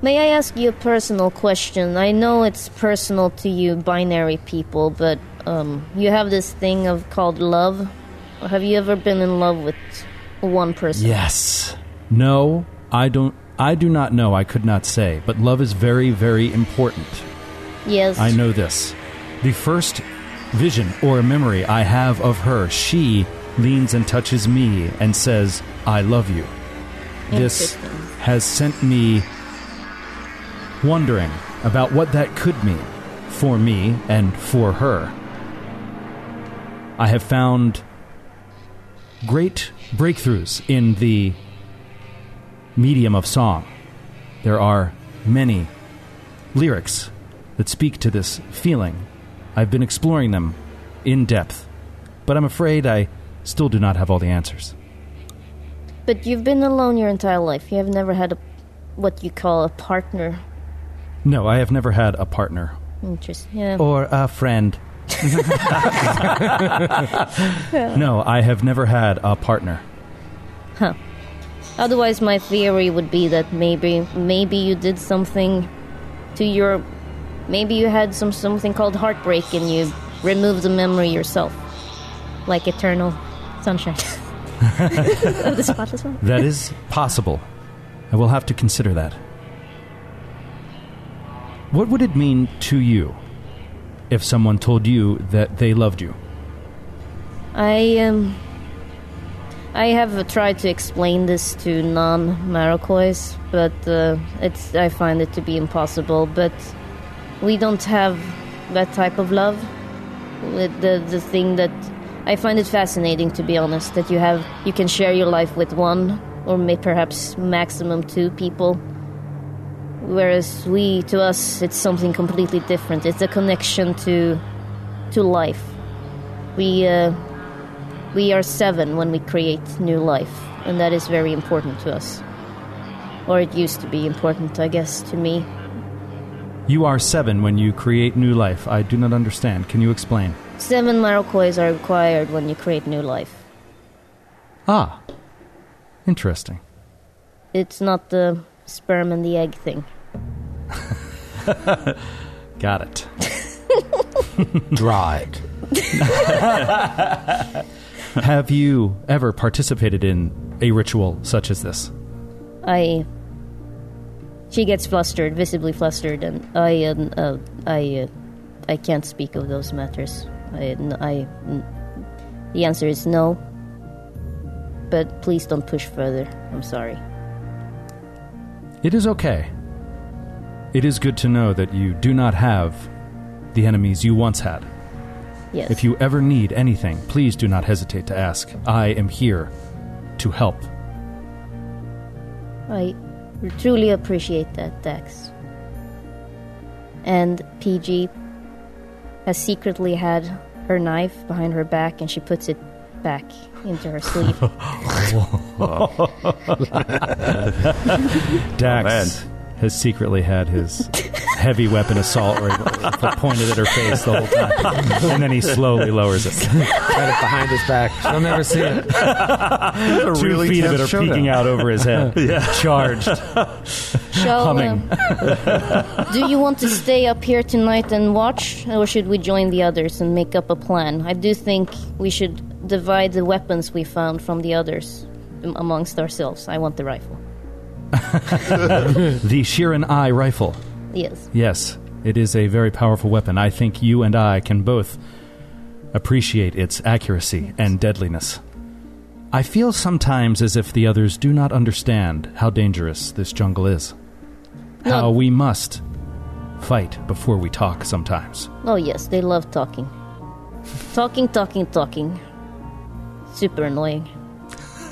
Speaker 4: May I ask you a personal question? I know it's personal to you, binary people, but um, you have this thing of called love. Have you ever been in love with one person?
Speaker 6: Yes. No, I don't I do not know. I could not say, but love is very very important.
Speaker 4: Yes.
Speaker 6: I know this. The first vision or memory I have of her, she leans and touches me and says, I love you. This
Speaker 4: Interesting.
Speaker 6: has sent me wondering about what that could mean for me and for her. I have found great breakthroughs in the medium of song. There are many lyrics that speak to this feeling. I've been exploring them in depth, but I'm afraid I still do not have all the answers.
Speaker 4: But you've been alone your entire life. You have never had a what you call a partner.
Speaker 6: No, I have never had a partner
Speaker 4: Interesting. Yeah.
Speaker 6: or a friend. no, I have never had a partner.
Speaker 4: Otherwise, my theory would be that maybe maybe you did something to your maybe you had some something called heartbreak and you removed the memory yourself, like eternal sunshine of the spotless mind.
Speaker 6: That is possible. I will have to consider that. What would it mean to you if someone told you that they loved you?
Speaker 4: I um I have tried to explain this to non-Maroquois, but uh, it's I find it to be impossible. But we don't have that type of love. With The the thing that I find it fascinating, to be honest, that you have you can share your life with one or may perhaps maximum two people. Whereas we, to us, it's something completely different. It's a connection to to life. We uh, we are seven when we create new life, and that is very important to us. Or it used to be important, I guess, to me.
Speaker 6: You are seven when you create new life. I do not understand. Can you explain?
Speaker 4: Seven Marokois are required when you create new life.
Speaker 6: Ah, interesting.
Speaker 4: It's not the sperm and the egg thing.
Speaker 6: Got it.
Speaker 2: Draw it.
Speaker 6: Have you ever participated in a ritual such as this?
Speaker 4: I. She gets flustered, visibly flustered, and I, uh, n- uh, I, uh, I can't speak of those matters. I, n- I, n- the answer is no. But please don't push further. I'm sorry.
Speaker 6: It is okay. It is good to know that you do not have the enemies you once had.
Speaker 4: Yes.
Speaker 6: If you ever need anything, please do not hesitate to ask. I am here to help.
Speaker 4: I truly appreciate that, Dax. And PG has secretly had her knife behind her back and she puts it back into her sleeve.
Speaker 6: Dax has secretly had his heavy weapon assault rifle pointed at her face the whole time, and then he slowly lowers it.
Speaker 2: Right up behind his back. She'll never see it.
Speaker 6: Two
Speaker 5: really
Speaker 6: feet of it
Speaker 5: tense
Speaker 6: are
Speaker 5: showdown.
Speaker 6: peeking out over his head, charged.
Speaker 4: Shall,
Speaker 6: Humming.
Speaker 4: um, do you want to stay up here tonight and watch, or should we join the others and make up a plan? I do think we should divide the weapons we found from the others um, amongst ourselves. I want the rifle.
Speaker 6: The Sheeran Eye rifle.
Speaker 4: Yes.
Speaker 6: Yes, it is a very powerful weapon. I think you and I can both appreciate its accuracy and deadliness. I feel sometimes as if the others do not understand how dangerous this jungle is. How we must fight before we talk sometimes.
Speaker 4: Oh, yes, they love talking. Talking, talking, talking. Super annoying.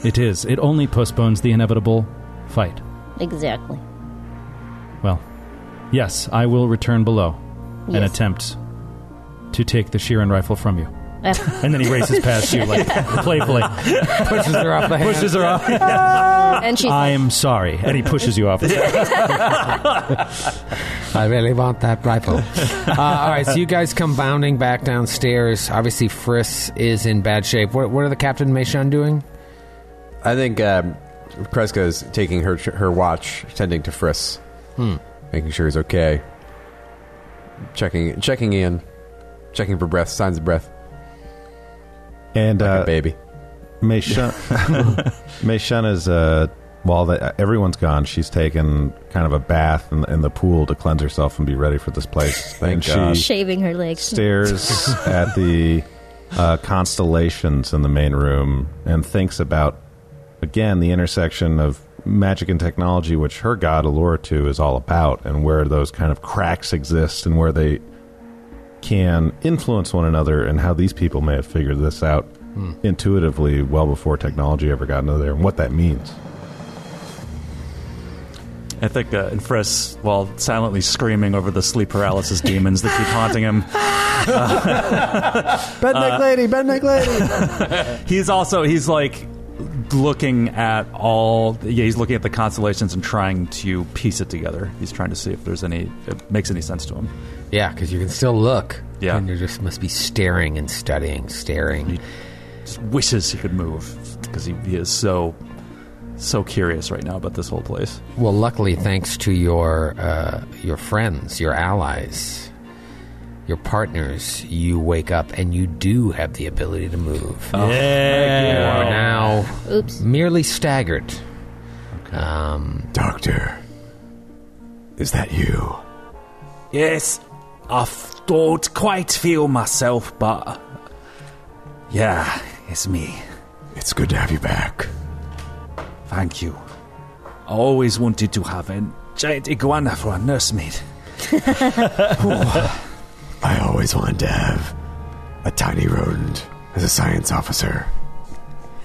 Speaker 6: It is. It only postpones the inevitable fight.
Speaker 4: Exactly.
Speaker 6: Well, yes, I will return below and
Speaker 4: Yes.
Speaker 6: attempt to take the Sheeran rifle from you.
Speaker 4: Af-
Speaker 6: And then he races past you, like playfully,
Speaker 2: Pushes her off the hand.
Speaker 6: pushes her off.
Speaker 4: and she's
Speaker 6: I am sorry. And he pushes you off.
Speaker 2: I really want that rifle. uh, all right, so you guys come bounding back downstairs. Obviously, Friss is in bad shape. What, what are the Captain and Meishan doing?
Speaker 3: I think um, Kreska's taking her her watch, tending to Friss, making sure he's okay, checking checking in, checking for breath, signs of breath,
Speaker 5: And
Speaker 3: like
Speaker 5: uh,
Speaker 3: a baby.
Speaker 5: Meishan, Meishan is uh, while the, everyone's gone, she's taken kind of a bath in, in the pool to cleanse herself and be ready for this place.
Speaker 3: Thank
Speaker 5: and
Speaker 3: God.
Speaker 5: she
Speaker 4: shaving her legs.
Speaker 5: stares at the uh, constellations in the main room and thinks about again the intersection of magic and technology, which her god Allura to is all about, and where those kind of cracks exist and where they can influence one another, and how these people may have figured this out intuitively well before technology ever got into there, and what that means.
Speaker 7: I think uh, and Friss, while silently screaming over the sleep paralysis demons that keep haunting him, Uh,
Speaker 5: Bedneck lady, bedneck lady.
Speaker 7: he's also he's like looking at all. Yeah, he's looking at the constellations and trying to piece it together. He's trying to see if there's any if it makes any sense to him.
Speaker 2: Yeah, because you can still look.
Speaker 7: Yeah.
Speaker 2: And you just must be staring and studying, staring.
Speaker 7: Just wishes he could move because he, he is so so curious right now about this whole place.
Speaker 2: Well, luckily, thanks to your uh, your friends, your allies, your partners, you wake up and you do have the ability to move.
Speaker 7: Oh.
Speaker 2: You
Speaker 7: Yeah.
Speaker 2: are now
Speaker 4: Oops.
Speaker 2: merely staggered. Um,
Speaker 3: Doctor, is that you?
Speaker 7: Yes, I f- don't quite feel myself, but yeah, it's me.
Speaker 3: It's good to have you back.
Speaker 7: Thank you. I always wanted to have a giant iguana for a nursemaid.
Speaker 3: I always wanted to have a tiny rodent as a science officer.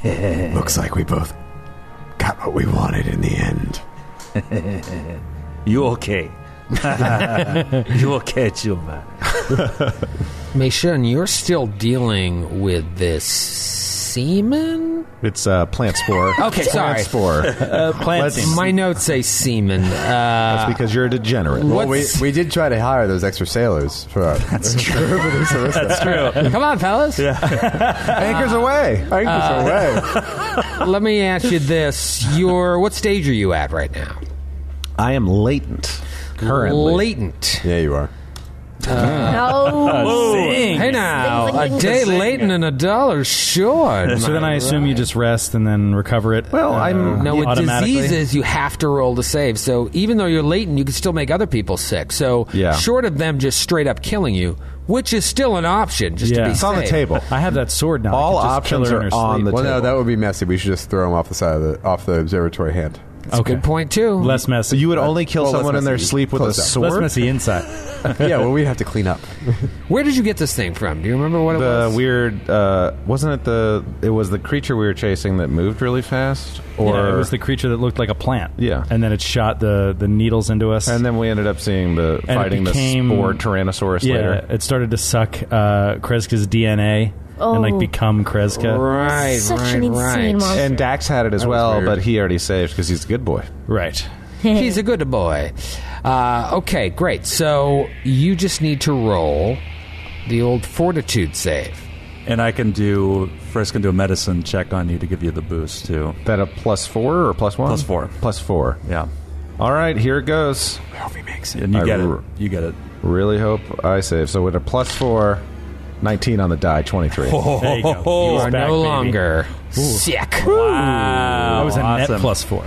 Speaker 3: Looks like we both got what we wanted in the end.
Speaker 7: You okay? you okay, Chilva?
Speaker 2: Meishun, you're still dealing with this semen?
Speaker 5: It's uh, plant spore.
Speaker 2: Okay, sorry.
Speaker 5: Plant spore.
Speaker 6: Uh, plant
Speaker 5: Let's-
Speaker 6: semen.
Speaker 2: My notes say semen. Uh,
Speaker 5: because you're a degenerate.
Speaker 3: Well, we,
Speaker 2: what's-
Speaker 3: we did try to hire those extra sailors for our That's true.
Speaker 7: That's true.
Speaker 2: come on, fellas.
Speaker 3: Anchors away. Anchors away.
Speaker 2: Let me ask you this: Your what stage are you at right now?
Speaker 5: I am latent currently.
Speaker 2: latent.
Speaker 3: Yeah, you are.
Speaker 4: No.
Speaker 2: Oh,
Speaker 7: Oh!
Speaker 2: Hey now, a day latent and a dollar short.
Speaker 6: So then I assume you just rest and then recover it. uh,
Speaker 5: Well, I'm-
Speaker 2: No, with
Speaker 6: automatically.
Speaker 2: diseases, you have to roll to save. So even though you're latent, you can still make other people sick. So
Speaker 5: Yeah.
Speaker 2: short of them just straight up killing you, which is still an option, just to
Speaker 6: Yeah.
Speaker 2: be
Speaker 5: It's on the
Speaker 2: safe.
Speaker 5: table.
Speaker 6: I have that sword now. I
Speaker 5: All
Speaker 6: can just kill
Speaker 5: options
Speaker 6: her in
Speaker 5: are
Speaker 6: her
Speaker 5: on
Speaker 6: sleep.
Speaker 5: the
Speaker 3: Well, no,
Speaker 5: table.
Speaker 3: that would be messy. We should just throw them off the side of the off the observatory hand.
Speaker 2: That's a good point too.
Speaker 6: less messy.
Speaker 5: So you would only kill
Speaker 3: Well, let's
Speaker 5: someone in their
Speaker 3: messy.
Speaker 5: sleep with
Speaker 3: Close
Speaker 5: a
Speaker 3: that.
Speaker 5: sword.
Speaker 6: less messy inside.
Speaker 3: yeah, well, we have to clean up.
Speaker 2: Where did you get this thing from? Do you remember what it
Speaker 5: the
Speaker 2: was?
Speaker 5: weird uh, wasn't it the it was the creature we were chasing that moved really fast or
Speaker 6: yeah, it was the creature that looked like a plant.
Speaker 5: Yeah.
Speaker 6: and then it shot the the needles into us.
Speaker 5: and then we ended up seeing the
Speaker 6: And it
Speaker 5: fighting
Speaker 6: became-
Speaker 5: the spore tyrannosaurus
Speaker 6: yeah,
Speaker 5: later
Speaker 6: it started to suck uh, Kreska's DNA and like
Speaker 4: Oh.
Speaker 6: become Kreska.
Speaker 2: right,
Speaker 4: Such
Speaker 2: right,
Speaker 4: an insane
Speaker 2: right.
Speaker 4: monster.
Speaker 5: and dax had it as
Speaker 3: was
Speaker 5: well
Speaker 3: weird.
Speaker 5: but he already saved because he's a good boy
Speaker 6: Right.
Speaker 2: He's a good boy. Uh, okay, great. So you just need to roll the old fortitude save.
Speaker 7: And I can do Frisk can do a medicine check on you to give you the boost too.
Speaker 5: that a plus four or plus one
Speaker 7: Plus four.
Speaker 5: plus four
Speaker 7: Yeah.
Speaker 5: all right here it goes
Speaker 7: And you
Speaker 5: I
Speaker 7: get
Speaker 5: r-
Speaker 7: it. You get it.
Speaker 5: really hope i save so with a plus four 19 on the die 23
Speaker 7: There you go.
Speaker 2: You
Speaker 6: He's
Speaker 2: are
Speaker 6: back,
Speaker 2: no
Speaker 6: baby.
Speaker 2: longer sick.
Speaker 7: Wow.
Speaker 6: that was a
Speaker 7: awesome.
Speaker 6: net plus four.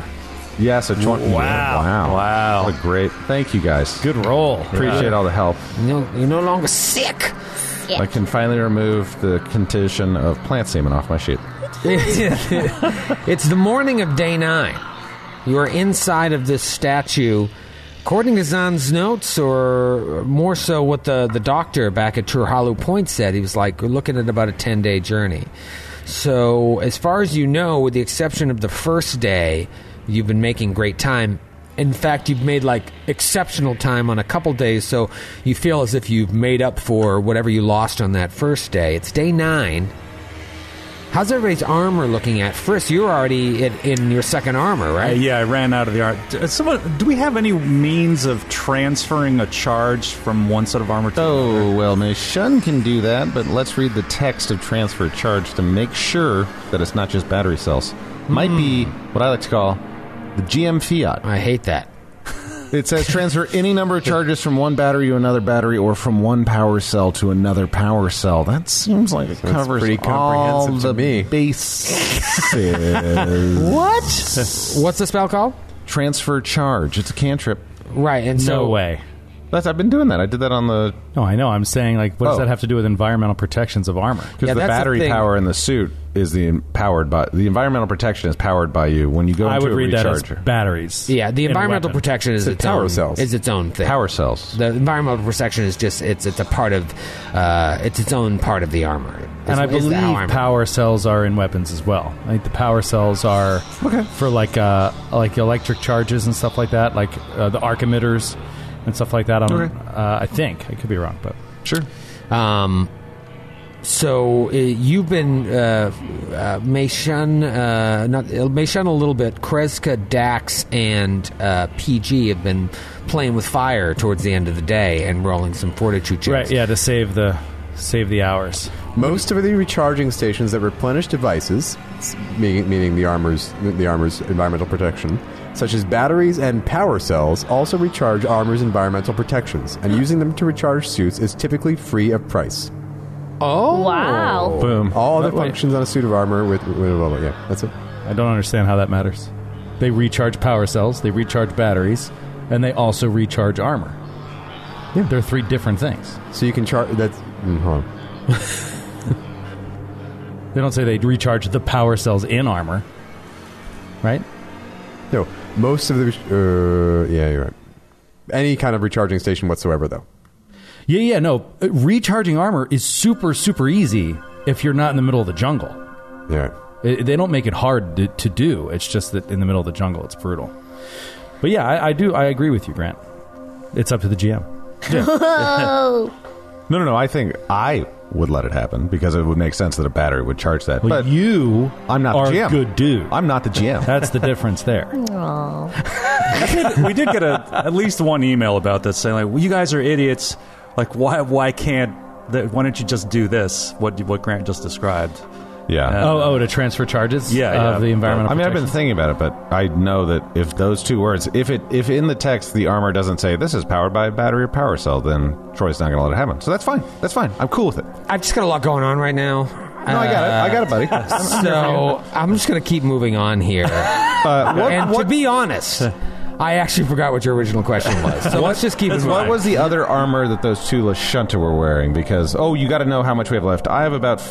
Speaker 5: yeah so 20 wow wow
Speaker 7: Wow.
Speaker 5: What a great thank you guys
Speaker 6: Good roll.
Speaker 5: appreciate all the help
Speaker 2: No, you're no longer sick.
Speaker 5: I can finally remove the condition of plant semen off my sheet.
Speaker 2: it's the morning of day nine. You are inside of this statue. According to Zahn's notes, or more so what the, the doctor back at Turhalu Point said, he was like, we're looking at about a 10 day journey. So, as far as you know, with the exception of the first day, you've been making great time. In fact, you've made like exceptional time on a couple days, so you feel as if you've made up for whatever you lost on that first day. It's day nine. How's everybody's armor looking at? First, you're already in, in your second armor,
Speaker 7: Uh,
Speaker 2: right?
Speaker 7: yeah, I ran out of the art. d- uh, Someone, do we have any means of transferring a charge from one set of armor to another?
Speaker 5: Oh, well, Miss Shun can do that, but let's read the text of transfer charge to make sure that it's not just battery cells. Might be what I like to call the GM fiat.
Speaker 2: I hate that.
Speaker 5: It says transfer any number of charges from one battery to another battery or from one power cell to another power cell. That seems like it covers
Speaker 3: pretty
Speaker 5: all
Speaker 3: comprehensive to
Speaker 5: the
Speaker 3: me.
Speaker 5: bases.
Speaker 2: What? What's the spell called?
Speaker 5: transfer charge. It's a cantrip.
Speaker 2: Right, and so
Speaker 6: No way.
Speaker 5: That's, I've been doing that. I did that on the
Speaker 6: No, I know. I'm saying like, what does
Speaker 5: Oh.
Speaker 6: that have to do with environmental protections of armor?
Speaker 5: Because
Speaker 2: Yeah,
Speaker 5: the
Speaker 2: that's the
Speaker 5: battery
Speaker 2: thing.
Speaker 5: power in the suit is the powered by the environmental protection is powered by you when you go
Speaker 6: I
Speaker 5: into
Speaker 6: would
Speaker 5: a
Speaker 6: read that as
Speaker 5: recharger.
Speaker 6: batteries.
Speaker 2: yeah, the
Speaker 6: in a
Speaker 2: environmental
Speaker 6: weapon.
Speaker 2: protection is
Speaker 3: It's
Speaker 2: its,
Speaker 3: a power
Speaker 2: own,
Speaker 3: cells.
Speaker 2: is its own thing.
Speaker 5: power cells.
Speaker 2: The environmental protection is just it's it's a part of uh, it's its own part of the armor.
Speaker 6: And I
Speaker 2: It's- it's the
Speaker 6: believe
Speaker 2: armor.
Speaker 6: power cells are in weapons as well. I think the power cells are for like uh, like electric charges and stuff like that, like uh, the arc emitters and stuff like that. On, uh, I think I could be wrong, but
Speaker 5: sure.
Speaker 2: Um, so uh, you've been uh, uh, Meishan, uh, not uh, Meishan a little bit. Kreska, Dax, and uh, PG have been playing with fire towards the end of the day and rolling some fortitude checks.
Speaker 6: right, yeah, to save the save the hours.
Speaker 3: Most of the recharging stations that replenish devices, s- meaning, meaning the armor's the armor's environmental protection, such as batteries and power cells, also recharge armor's environmental protections, and using them to recharge suits is typically free of price.
Speaker 2: Oh
Speaker 4: Wow.
Speaker 5: Boom.
Speaker 3: All the
Speaker 6: Oh, wait.
Speaker 3: functions on a suit of armor with, with blah, blah, yeah, that's it.
Speaker 6: I don't understand how that matters. They recharge power cells, they recharge batteries, and they also recharge armor. They're three different things.
Speaker 3: So you can charge that's mm, hold on.
Speaker 6: They don't say they recharge the power cells in armor, right?
Speaker 3: No, most of the uh, yeah, you're right. Any kind of recharging station whatsoever, though.
Speaker 6: Yeah, yeah, no. Uh, Recharging armor is super, super easy if you're not in the middle of the jungle.
Speaker 3: Yeah.
Speaker 6: I- they don't make it hard to, to do. It's just that in the middle of the jungle, it's brutal. But yeah, I, I do. I agree with you, Grant. It's up to the GM.
Speaker 4: Oh.
Speaker 5: No, no, no. I think I would let it happen because it would make sense that a battery would charge that.
Speaker 6: Well,
Speaker 5: but
Speaker 6: you
Speaker 5: I'm not
Speaker 6: are
Speaker 5: the
Speaker 6: a
Speaker 5: GM.
Speaker 6: good dude.
Speaker 5: I'm not the GM.
Speaker 6: That's the difference there.
Speaker 7: we did get a, at least one email about this saying like, well, "You guys are idiots. Like, why why can't the, why don't you just do this? What what Grant just described?
Speaker 5: yeah.
Speaker 7: Uh,
Speaker 6: Oh, oh, to transfer charges
Speaker 7: Yeah,
Speaker 6: of
Speaker 7: yeah.
Speaker 6: the environmental.
Speaker 5: I mean, I've been
Speaker 6: protection?
Speaker 5: thinking about it, but I know that if those two words, if it, if in the text the armor doesn't say this is powered by a battery or power cell, then Troy's not going to let it happen. So that's fine. That's fine. I'm cool with it.
Speaker 2: I've just got a lot going on right now.
Speaker 5: No, I got it. I got it, buddy. I'm- I'm here for you.
Speaker 2: So I'm just going to keep moving on here.
Speaker 5: Uh, what,
Speaker 2: and
Speaker 5: what-
Speaker 2: to be honest, I actually forgot what your original question was. So let's just keep it.
Speaker 5: what
Speaker 2: moving.
Speaker 5: was the other armor that those two Lashunta were wearing? Because oh, you got to know how much we have left. I have about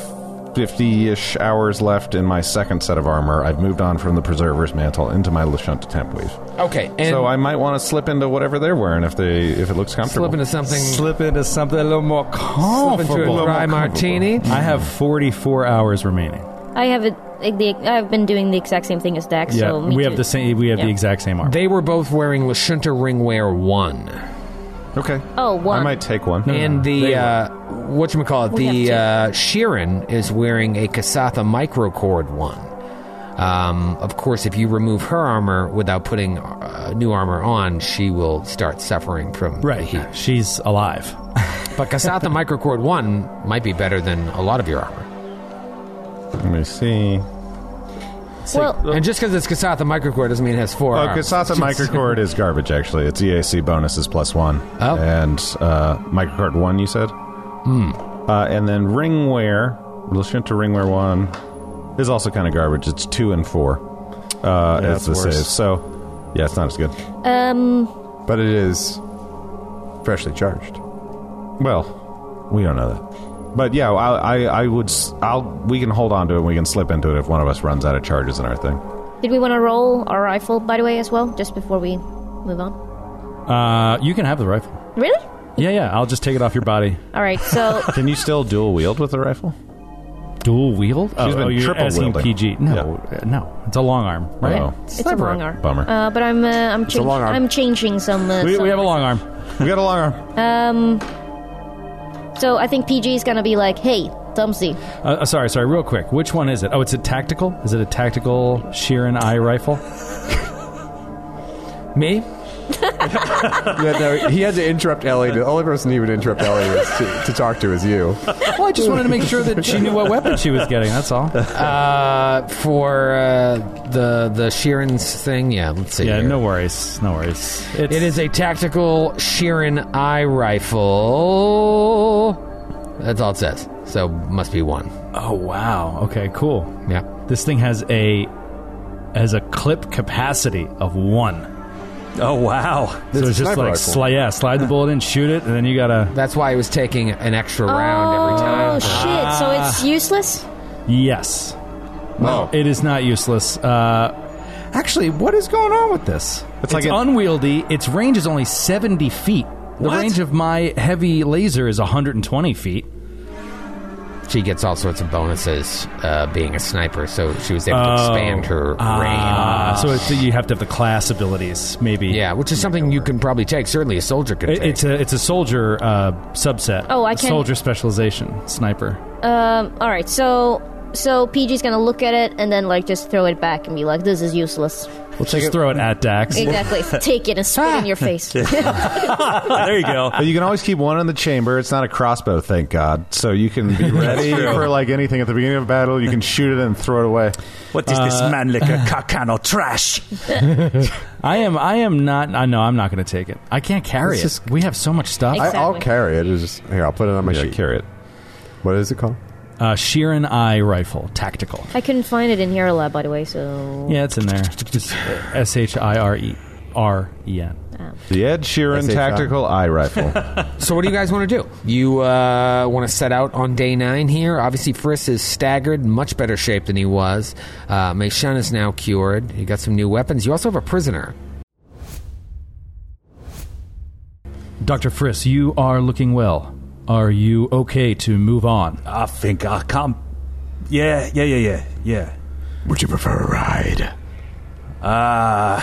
Speaker 5: fifty-ish hours left in my second set of armor. I've moved on from the Preserver's mantle into my Lashunta temp weave,
Speaker 2: okay? And
Speaker 5: so I might want to slip into whatever they're wearing if they if it looks comfortable.
Speaker 2: slip into something.
Speaker 6: slip into something a little more comfortable.
Speaker 2: into a dry martini.
Speaker 6: Oh, I have 44 hours remaining.
Speaker 4: I have it. Like the, I've been doing the exact same thing as Dax.
Speaker 6: Yeah,
Speaker 4: so me
Speaker 6: we have
Speaker 4: too.
Speaker 6: the same. We have
Speaker 4: Yeah.
Speaker 6: the exact same armor.
Speaker 2: They were both wearing Lashunta Ringwear One.
Speaker 5: okay.
Speaker 4: Oh, one.
Speaker 5: I might take one.
Speaker 2: And the uh, what you call it?
Speaker 4: We have
Speaker 2: The
Speaker 4: two.
Speaker 2: uh, Sheeran is wearing a Kasatha microcord one. Um, of course, if you remove her armor without putting uh, new armor on, she will start suffering from the
Speaker 6: right.
Speaker 2: heat.
Speaker 6: She's alive.
Speaker 2: But Kasatha microcord one might be better than a lot of your armor.
Speaker 5: Let me see.
Speaker 4: Well,
Speaker 2: And just because it's Kasatha microcord doesn't mean it has four.
Speaker 5: Oh,
Speaker 2: arms.
Speaker 5: Kasata microcord is garbage. Actually, its EAC bonus is plus one.
Speaker 2: Oh.
Speaker 5: and uh, microcord one, you said. Hmm. Uh, and then ringware, Lashunta ringware one, is also kind of garbage. It's two and four. Uh,
Speaker 7: Yeah,
Speaker 5: as
Speaker 7: it's
Speaker 5: the
Speaker 7: worse.
Speaker 5: save. So, yeah, it's not as good.
Speaker 4: um,
Speaker 3: But it is freshly charged.
Speaker 5: Well, we don't know that. But yeah, I, I, I would. s- I'll. We can hold on to it. and We can slip into it if one of us runs out of charges in our thing.
Speaker 4: did we want to roll our rifle, by the way, as well, just before we move on?
Speaker 6: Uh, you can have the rifle.
Speaker 4: Really?
Speaker 6: Yeah, yeah. I'll just take it off your body.
Speaker 4: All right. So
Speaker 5: Can you still dual wield with the rifle?
Speaker 6: Dual wield?
Speaker 5: She's been
Speaker 6: you're
Speaker 5: triple
Speaker 6: asking
Speaker 5: wielding.
Speaker 6: PG. No, uh, no. It's a long arm, right?
Speaker 5: Oh.
Speaker 4: it's a long arm.
Speaker 5: Bummer.
Speaker 4: Uh, but I'm uh, I'm changing
Speaker 3: long arm.
Speaker 4: I'm changing some. Uh,
Speaker 6: We,
Speaker 4: some
Speaker 6: we have a long arm.
Speaker 5: We got a long arm.
Speaker 4: So I think PG is gonna be like, hey, Dumpsy.
Speaker 6: Uh, uh, sorry, sorry. Real quick. Which one is it? Oh, it's a tactical. Is it a tactical Sheeran eye rifle?
Speaker 2: Me?
Speaker 3: Yeah, no, Uh, he had to interrupt Ellie. The only person he would interrupt Ellie was to, to talk to is you.
Speaker 6: Well, I just wanted to make sure that she knew what weapon she was getting. That's all.
Speaker 2: Uh, for uh, the the Sheeran's thing. Yeah, let's see.
Speaker 6: Yeah,
Speaker 2: here.
Speaker 6: no worries, no worries. It's,
Speaker 2: It is a tactical Sheeran eye rifle. That's all it says. So must be one.
Speaker 6: Oh wow. Okay, cool.
Speaker 2: Yeah.
Speaker 6: This thing has a has a clip capacity of one.
Speaker 7: Oh wow,
Speaker 3: It's a
Speaker 6: So it's just
Speaker 3: sniper
Speaker 6: like
Speaker 3: rifle.
Speaker 6: sli- yeah, slide the bullet in, shoot it, and then you gotta
Speaker 2: That's why it was taking an extra round every
Speaker 4: Oh
Speaker 2: time.
Speaker 4: shit! So it's useless.
Speaker 6: yes.
Speaker 3: No.
Speaker 6: It is not useless. Uh, actually, what is going on with this? It's,
Speaker 5: like an-
Speaker 6: unwieldy. Its range is only seventy feet. The
Speaker 7: What?
Speaker 6: range of my heavy laser is 120 feet.
Speaker 2: She gets all sorts of bonuses uh, being a sniper, so she was able to expand her range.
Speaker 6: Uh, Oh. so it's, you have to have the class abilities, maybe.
Speaker 2: Yeah, which is something you can probably take. Certainly, a soldier could
Speaker 6: It-
Speaker 2: take.
Speaker 6: It's a it's a soldier uh, subset.
Speaker 4: Oh, I can-
Speaker 6: soldier specialization sniper.
Speaker 4: Um. All right. So so PG's gonna look at it and then like just throw it back and be like, this is useless.
Speaker 6: We'll just throw it at Dax.
Speaker 4: Exactly. Take it and spit in your face.
Speaker 7: there you go.
Speaker 5: But you can always keep one in the chamber. It's not a crossbow, thank God. So you can be ready
Speaker 7: true.
Speaker 5: for like anything at the beginning of a battle. You can shoot it and throw it away.
Speaker 7: What is this man like a Kakano trash?
Speaker 6: I am I am not. I know I'm not going to take it. I can't carry it.
Speaker 3: It's just-
Speaker 6: we have so much stuff.
Speaker 3: I, I'll
Speaker 4: Exactly.
Speaker 3: carry it. It's just, here, I'll put it on my
Speaker 5: Yeah,
Speaker 3: sheet.
Speaker 5: carry it.
Speaker 3: What is it called?
Speaker 6: uh, Sheeran eye rifle, tactical.
Speaker 4: I couldn't find it in here a lot, by the way. So
Speaker 6: Yeah, it's in there. Just S H I R E R E N.
Speaker 5: The Ed Sheeran
Speaker 3: SHI.
Speaker 5: tactical eye rifle.
Speaker 2: So what do you guys want to do? You uh, want to set out on day nine here. Obviously, Friss is staggered, much better shape than he was. Uh, Meishan is now cured. You got some new weapons. You also have a prisoner.
Speaker 6: Doctor Friss, you are looking well. Are you okay to move on?
Speaker 7: I think I come. Yeah, yeah, yeah, yeah, yeah.
Speaker 3: Would you prefer a ride?
Speaker 7: Uh,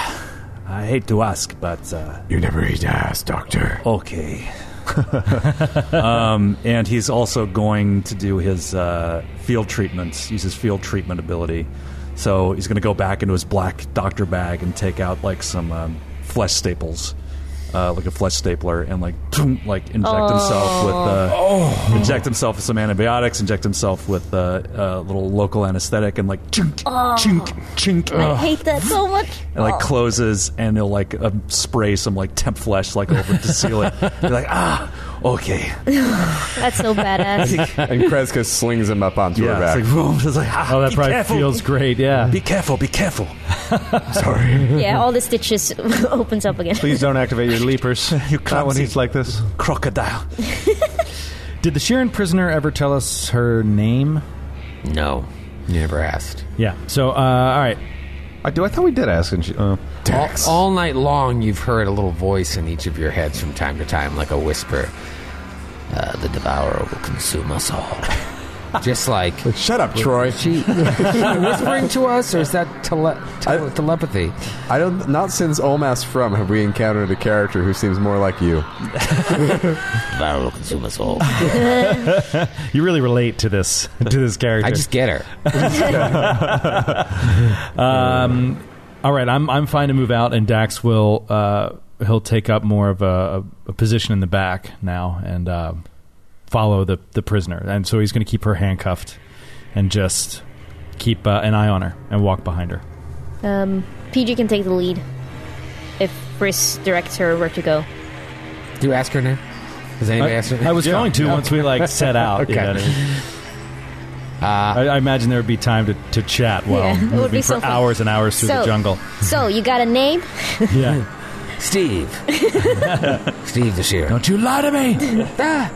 Speaker 7: I hate to ask, but uh,
Speaker 3: You never eat ass, Doctor.
Speaker 7: okay. um, and he's also going to do his uh, field treatments, use his field treatment ability. So he's going to go back into his black doctor bag and take out like some um, flesh staples, uh, like a flesh stapler, and like like inject himself with uh, inject himself with some antibiotics, inject himself with uh, a little local anesthetic, and like chink chink chink.
Speaker 4: I hate that so much.
Speaker 7: It like closes and they'll like um, spray some like temp flesh like over to seal it. You're like, ah, okay.
Speaker 4: That's so badass.
Speaker 3: and Kreska slings him up onto her
Speaker 7: Yeah,
Speaker 3: back.
Speaker 7: it's like, boom. It's like, ah,
Speaker 6: Oh, that
Speaker 7: be
Speaker 6: probably
Speaker 7: careful.
Speaker 6: feels great. Yeah.
Speaker 7: Be careful, be careful.
Speaker 4: yeah, all the stitches opens up again.
Speaker 5: Please don't activate your leapers.
Speaker 7: You
Speaker 5: Not when
Speaker 7: clumsy
Speaker 5: he's like this.
Speaker 7: Crocodile.
Speaker 6: Did the Sheeran prisoner ever tell us her name?
Speaker 2: No, you never asked.
Speaker 6: Yeah. So, uh, all right.
Speaker 5: I do. I thought we did ask. And she, uh,
Speaker 2: All, all night long, you've heard a little voice in each of your heads from time to time, like a whisper. Uh, the devourer will consume us all. Just like
Speaker 3: Shut up, Troy.
Speaker 2: she, she whispering to us, or is that tele, tele,
Speaker 3: I-
Speaker 2: telepathy?
Speaker 3: I don't. Not since Olmas from have we encountered a character who seems more like you.
Speaker 2: The devourer will consume us all.
Speaker 6: You really relate to this to this character.
Speaker 2: I just get her.
Speaker 6: Um, all right, I'm I'm fine to move out, and Dax will uh, he'll take up more of a, a position in the back now and uh, follow the the prisoner, and so he's going to keep her handcuffed and just keep uh, an eye on her and walk behind her.
Speaker 4: Um, PG can take the lead if Briss directs her where to go.
Speaker 2: Do you ask her now? Does anybody ask her?
Speaker 6: I was going to once we like set out.
Speaker 2: Okay.
Speaker 6: you know what I mean?
Speaker 9: Uh,
Speaker 6: I, I imagine there would be time to, to chat while
Speaker 4: Yeah, it would
Speaker 6: moving
Speaker 4: be
Speaker 6: for
Speaker 4: so fun.
Speaker 6: hours and hours through the
Speaker 4: So-
Speaker 6: jungle.
Speaker 4: So, you got a name?
Speaker 6: Yeah,
Speaker 2: Steve. Steve the Ah, Sheeran.
Speaker 9: Don't you lie to me! I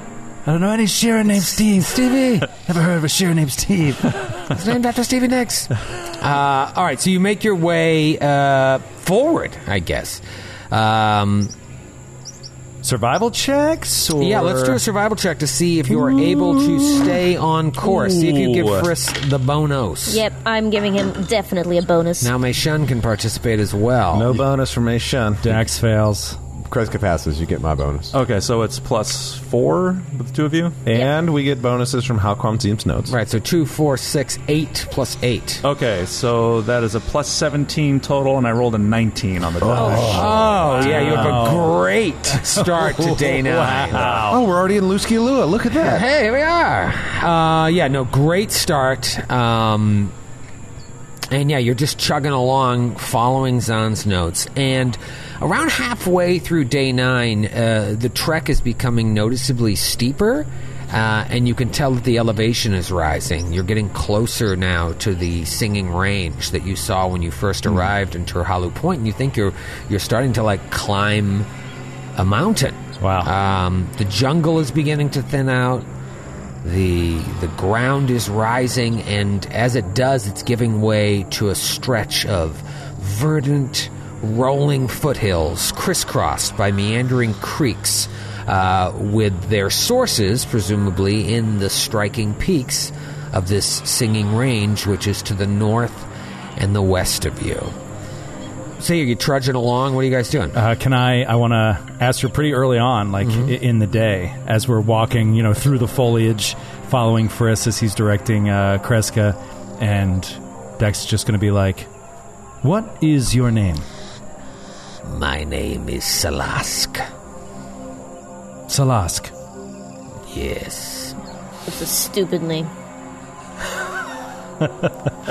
Speaker 9: don't know any Sheeran named Steve. Stevie! Never heard of a Sheeran named Steve.
Speaker 2: It's named after Stevie Nicks. Uh, all right, so you make your way uh, forward, I guess. Um,
Speaker 6: survival checks. Or...
Speaker 2: yeah, let's do a survival check to see if you are able to stay on course. See if you give
Speaker 7: Ooh.
Speaker 2: Frisk the bonus.
Speaker 4: Yep, I'm giving him definitely a bonus.
Speaker 2: Now Mei Shun can participate as well.
Speaker 5: no bonus for May Shun.
Speaker 6: Dax fails.
Speaker 3: Kreska passes. You get my bonus.
Speaker 7: Okay, so it's plus four with the two of you?
Speaker 5: And we get bonuses from How Quam Team's notes.
Speaker 2: Right, so two, four, six, eight plus eight.
Speaker 6: Oh.
Speaker 7: Okay, so that is a plus 17 total, and I rolled a 19 on the die.
Speaker 2: Oh, yeah, you have a great start to day nine.
Speaker 5: Oh, we're already in Lusky Lua. Look at that.
Speaker 2: Hey, here we are. Uh, yeah, no, great start. Um, and yeah, you're just chugging along, following Zahn's notes. And around halfway through day nine, uh, the trek is becoming noticeably steeper. Uh, and you can tell that the elevation is rising. You're getting closer now to the singing range that you saw when you first arrived in Turhalu Point, and you think you're you're starting to like climb a mountain.
Speaker 6: Wow.
Speaker 2: Um, the jungle is beginning to thin out. The the ground is rising, and as it does, it's giving way to a stretch of verdant, rolling foothills, crisscrossed by meandering creeks, uh, with their sources presumably in the striking peaks of this singing range, which is to the north and the west of you. So you're trudging along. What are you guys doing?
Speaker 6: Uh, can I? I want to ask her pretty early on, like
Speaker 2: Mm-hmm.
Speaker 6: i in the day, as we're walking, you know, through the foliage, following Friss as he's directing uh, Kreska, and Dex just going to be like, "What is your name?"
Speaker 2: My name is Salask.
Speaker 6: Salask.
Speaker 2: Yes.
Speaker 4: It's a stupid name.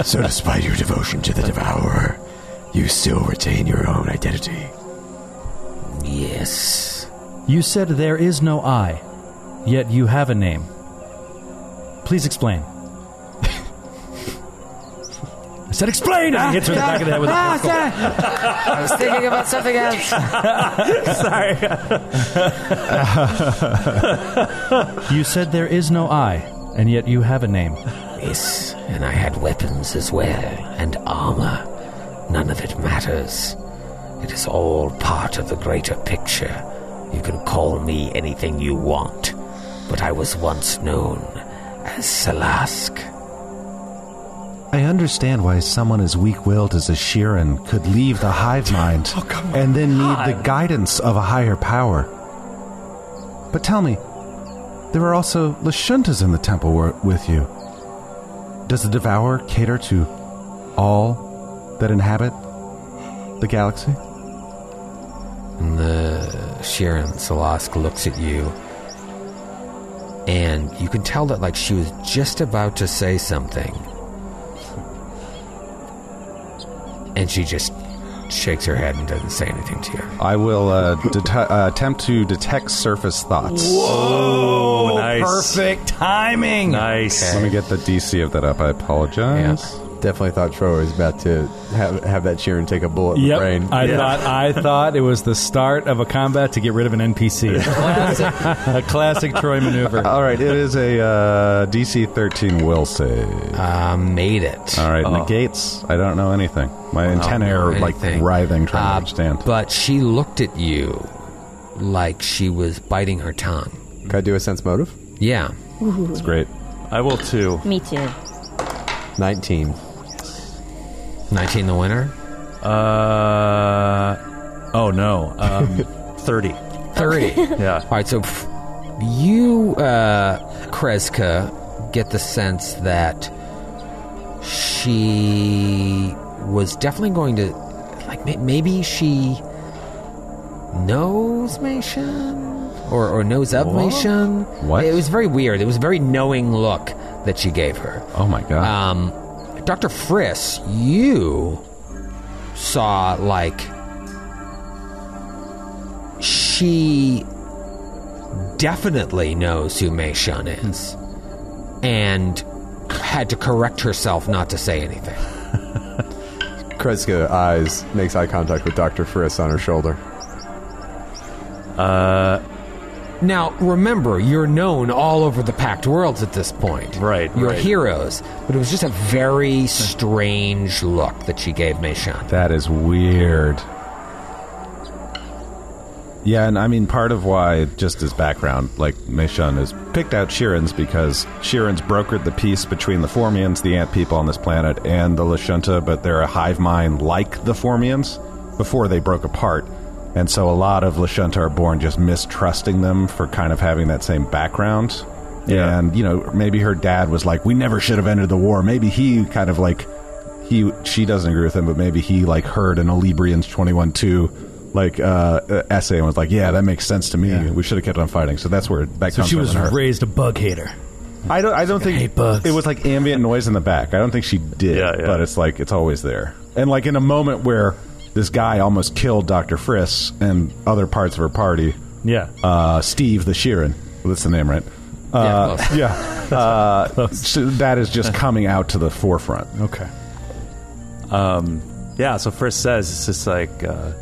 Speaker 9: So, despite your devotion to the Devourer, you still retain your own identity.
Speaker 2: Yes.
Speaker 6: You said there is no I, yet you have a name. Please explain. I said explain. And he hits her in the back of the head with a fork.
Speaker 2: Ah, I was thinking about something else.
Speaker 6: You said there is no I, and yet you have a name.
Speaker 2: Yes, and I had weapons as well, and armor. None of it matters. It is all part of the greater picture. You can call me anything you want, but I was once known as Salask.
Speaker 5: I understand why someone as weak willed as a Sheeran could leave the hive mind and then need the guidance of a higher power.
Speaker 10: But tell me, there are also Lashuntas in the temple wi- with you. Does the Devourer cater to all that inhabit the galaxy?
Speaker 2: And the Sharon Salask looks at you. And you can tell that, like, she was just about to say something. And she just shakes her head and doesn't say anything to you.
Speaker 5: I will uh, det- uh, attempt to detect surface thoughts.
Speaker 7: Oh, nice.
Speaker 6: Perfect timing.
Speaker 7: Nice.
Speaker 5: Let me get the DC of that up. I apologize.
Speaker 3: Definitely thought Troy was about to have, have that cheer and take a bullet in the
Speaker 6: Yep,
Speaker 3: brain.
Speaker 6: I thought I thought it was the start of a combat to get rid of an NPC. a classic Troy maneuver.
Speaker 5: All right, it is a uh, DC 13 will save.
Speaker 2: Uh, made it.
Speaker 5: All right, negates. I don't know anything. My antennae are like
Speaker 2: Anything.
Speaker 5: writhing, trying
Speaker 2: Uh,
Speaker 5: to understand.
Speaker 2: But she looked at you like she was biting her tongue.
Speaker 3: Can I do a sense motive?
Speaker 2: Yeah.
Speaker 5: it's great.
Speaker 7: I will too.
Speaker 4: Me too.
Speaker 3: 19.
Speaker 2: 19 the winner.
Speaker 7: Uh, oh no. Um, Thirty.
Speaker 2: 30.
Speaker 7: Yeah.
Speaker 2: All right, so f- you, uh, Kreska, get the sense that she was definitely going to, like, may- maybe she knows Mation or, or knows of Mation.
Speaker 5: What?
Speaker 2: It was very weird. It was a very knowing look that she gave her.
Speaker 5: Oh my god.
Speaker 2: Um, Dr. Friss, you saw like she definitely knows who Mei Shun is and had to correct herself not to say anything.
Speaker 3: Ah, Kreska eyes, makes eye contact with Dr. Friss on her shoulder.
Speaker 2: Now, remember, you're known all over the Packed Worlds at this point.
Speaker 7: Right,
Speaker 2: You're
Speaker 7: right.
Speaker 2: heroes. But it was just a very strange look that she gave Mei Shun.
Speaker 5: That is weird. Yeah, and I mean, part of why, just as background, like Meishun has picked out Sheeran's because Sheeran's brokered the peace between the Formians, the ant people on this planet, and the Lashunta, but they're a hive mind like the Formians before they broke apart. And so a lot of Lashunta are born just mistrusting them for kind of having that same background.
Speaker 7: Yeah.
Speaker 5: And, you know, maybe her dad was like, we never should have entered the war. Maybe he kind of like he she doesn't agree with him, but maybe he like heard an Olibrians twenty one two like uh, uh, essay and was like, yeah, that makes sense to me. We should have kept on fighting. So that's where that
Speaker 8: So
Speaker 5: comes
Speaker 8: she
Speaker 5: from
Speaker 8: was
Speaker 5: in her.
Speaker 8: raised a bug hater.
Speaker 5: I don't I don't think
Speaker 8: hate bugs.
Speaker 5: it was like ambient noise in the back. I don't think she did,
Speaker 7: Yeah, yeah.
Speaker 5: but it's like it's always there. And like in a moment where this guy almost killed Doctor Friss and other parts of her party,
Speaker 6: Yeah.
Speaker 5: uh, Steve the Sheeran. Well, that's the name, right? Uh,
Speaker 2: close.
Speaker 5: yeah. Uh, so that is just coming out to the forefront.
Speaker 8: Okay.
Speaker 7: Yeah. So first says it's just like uh,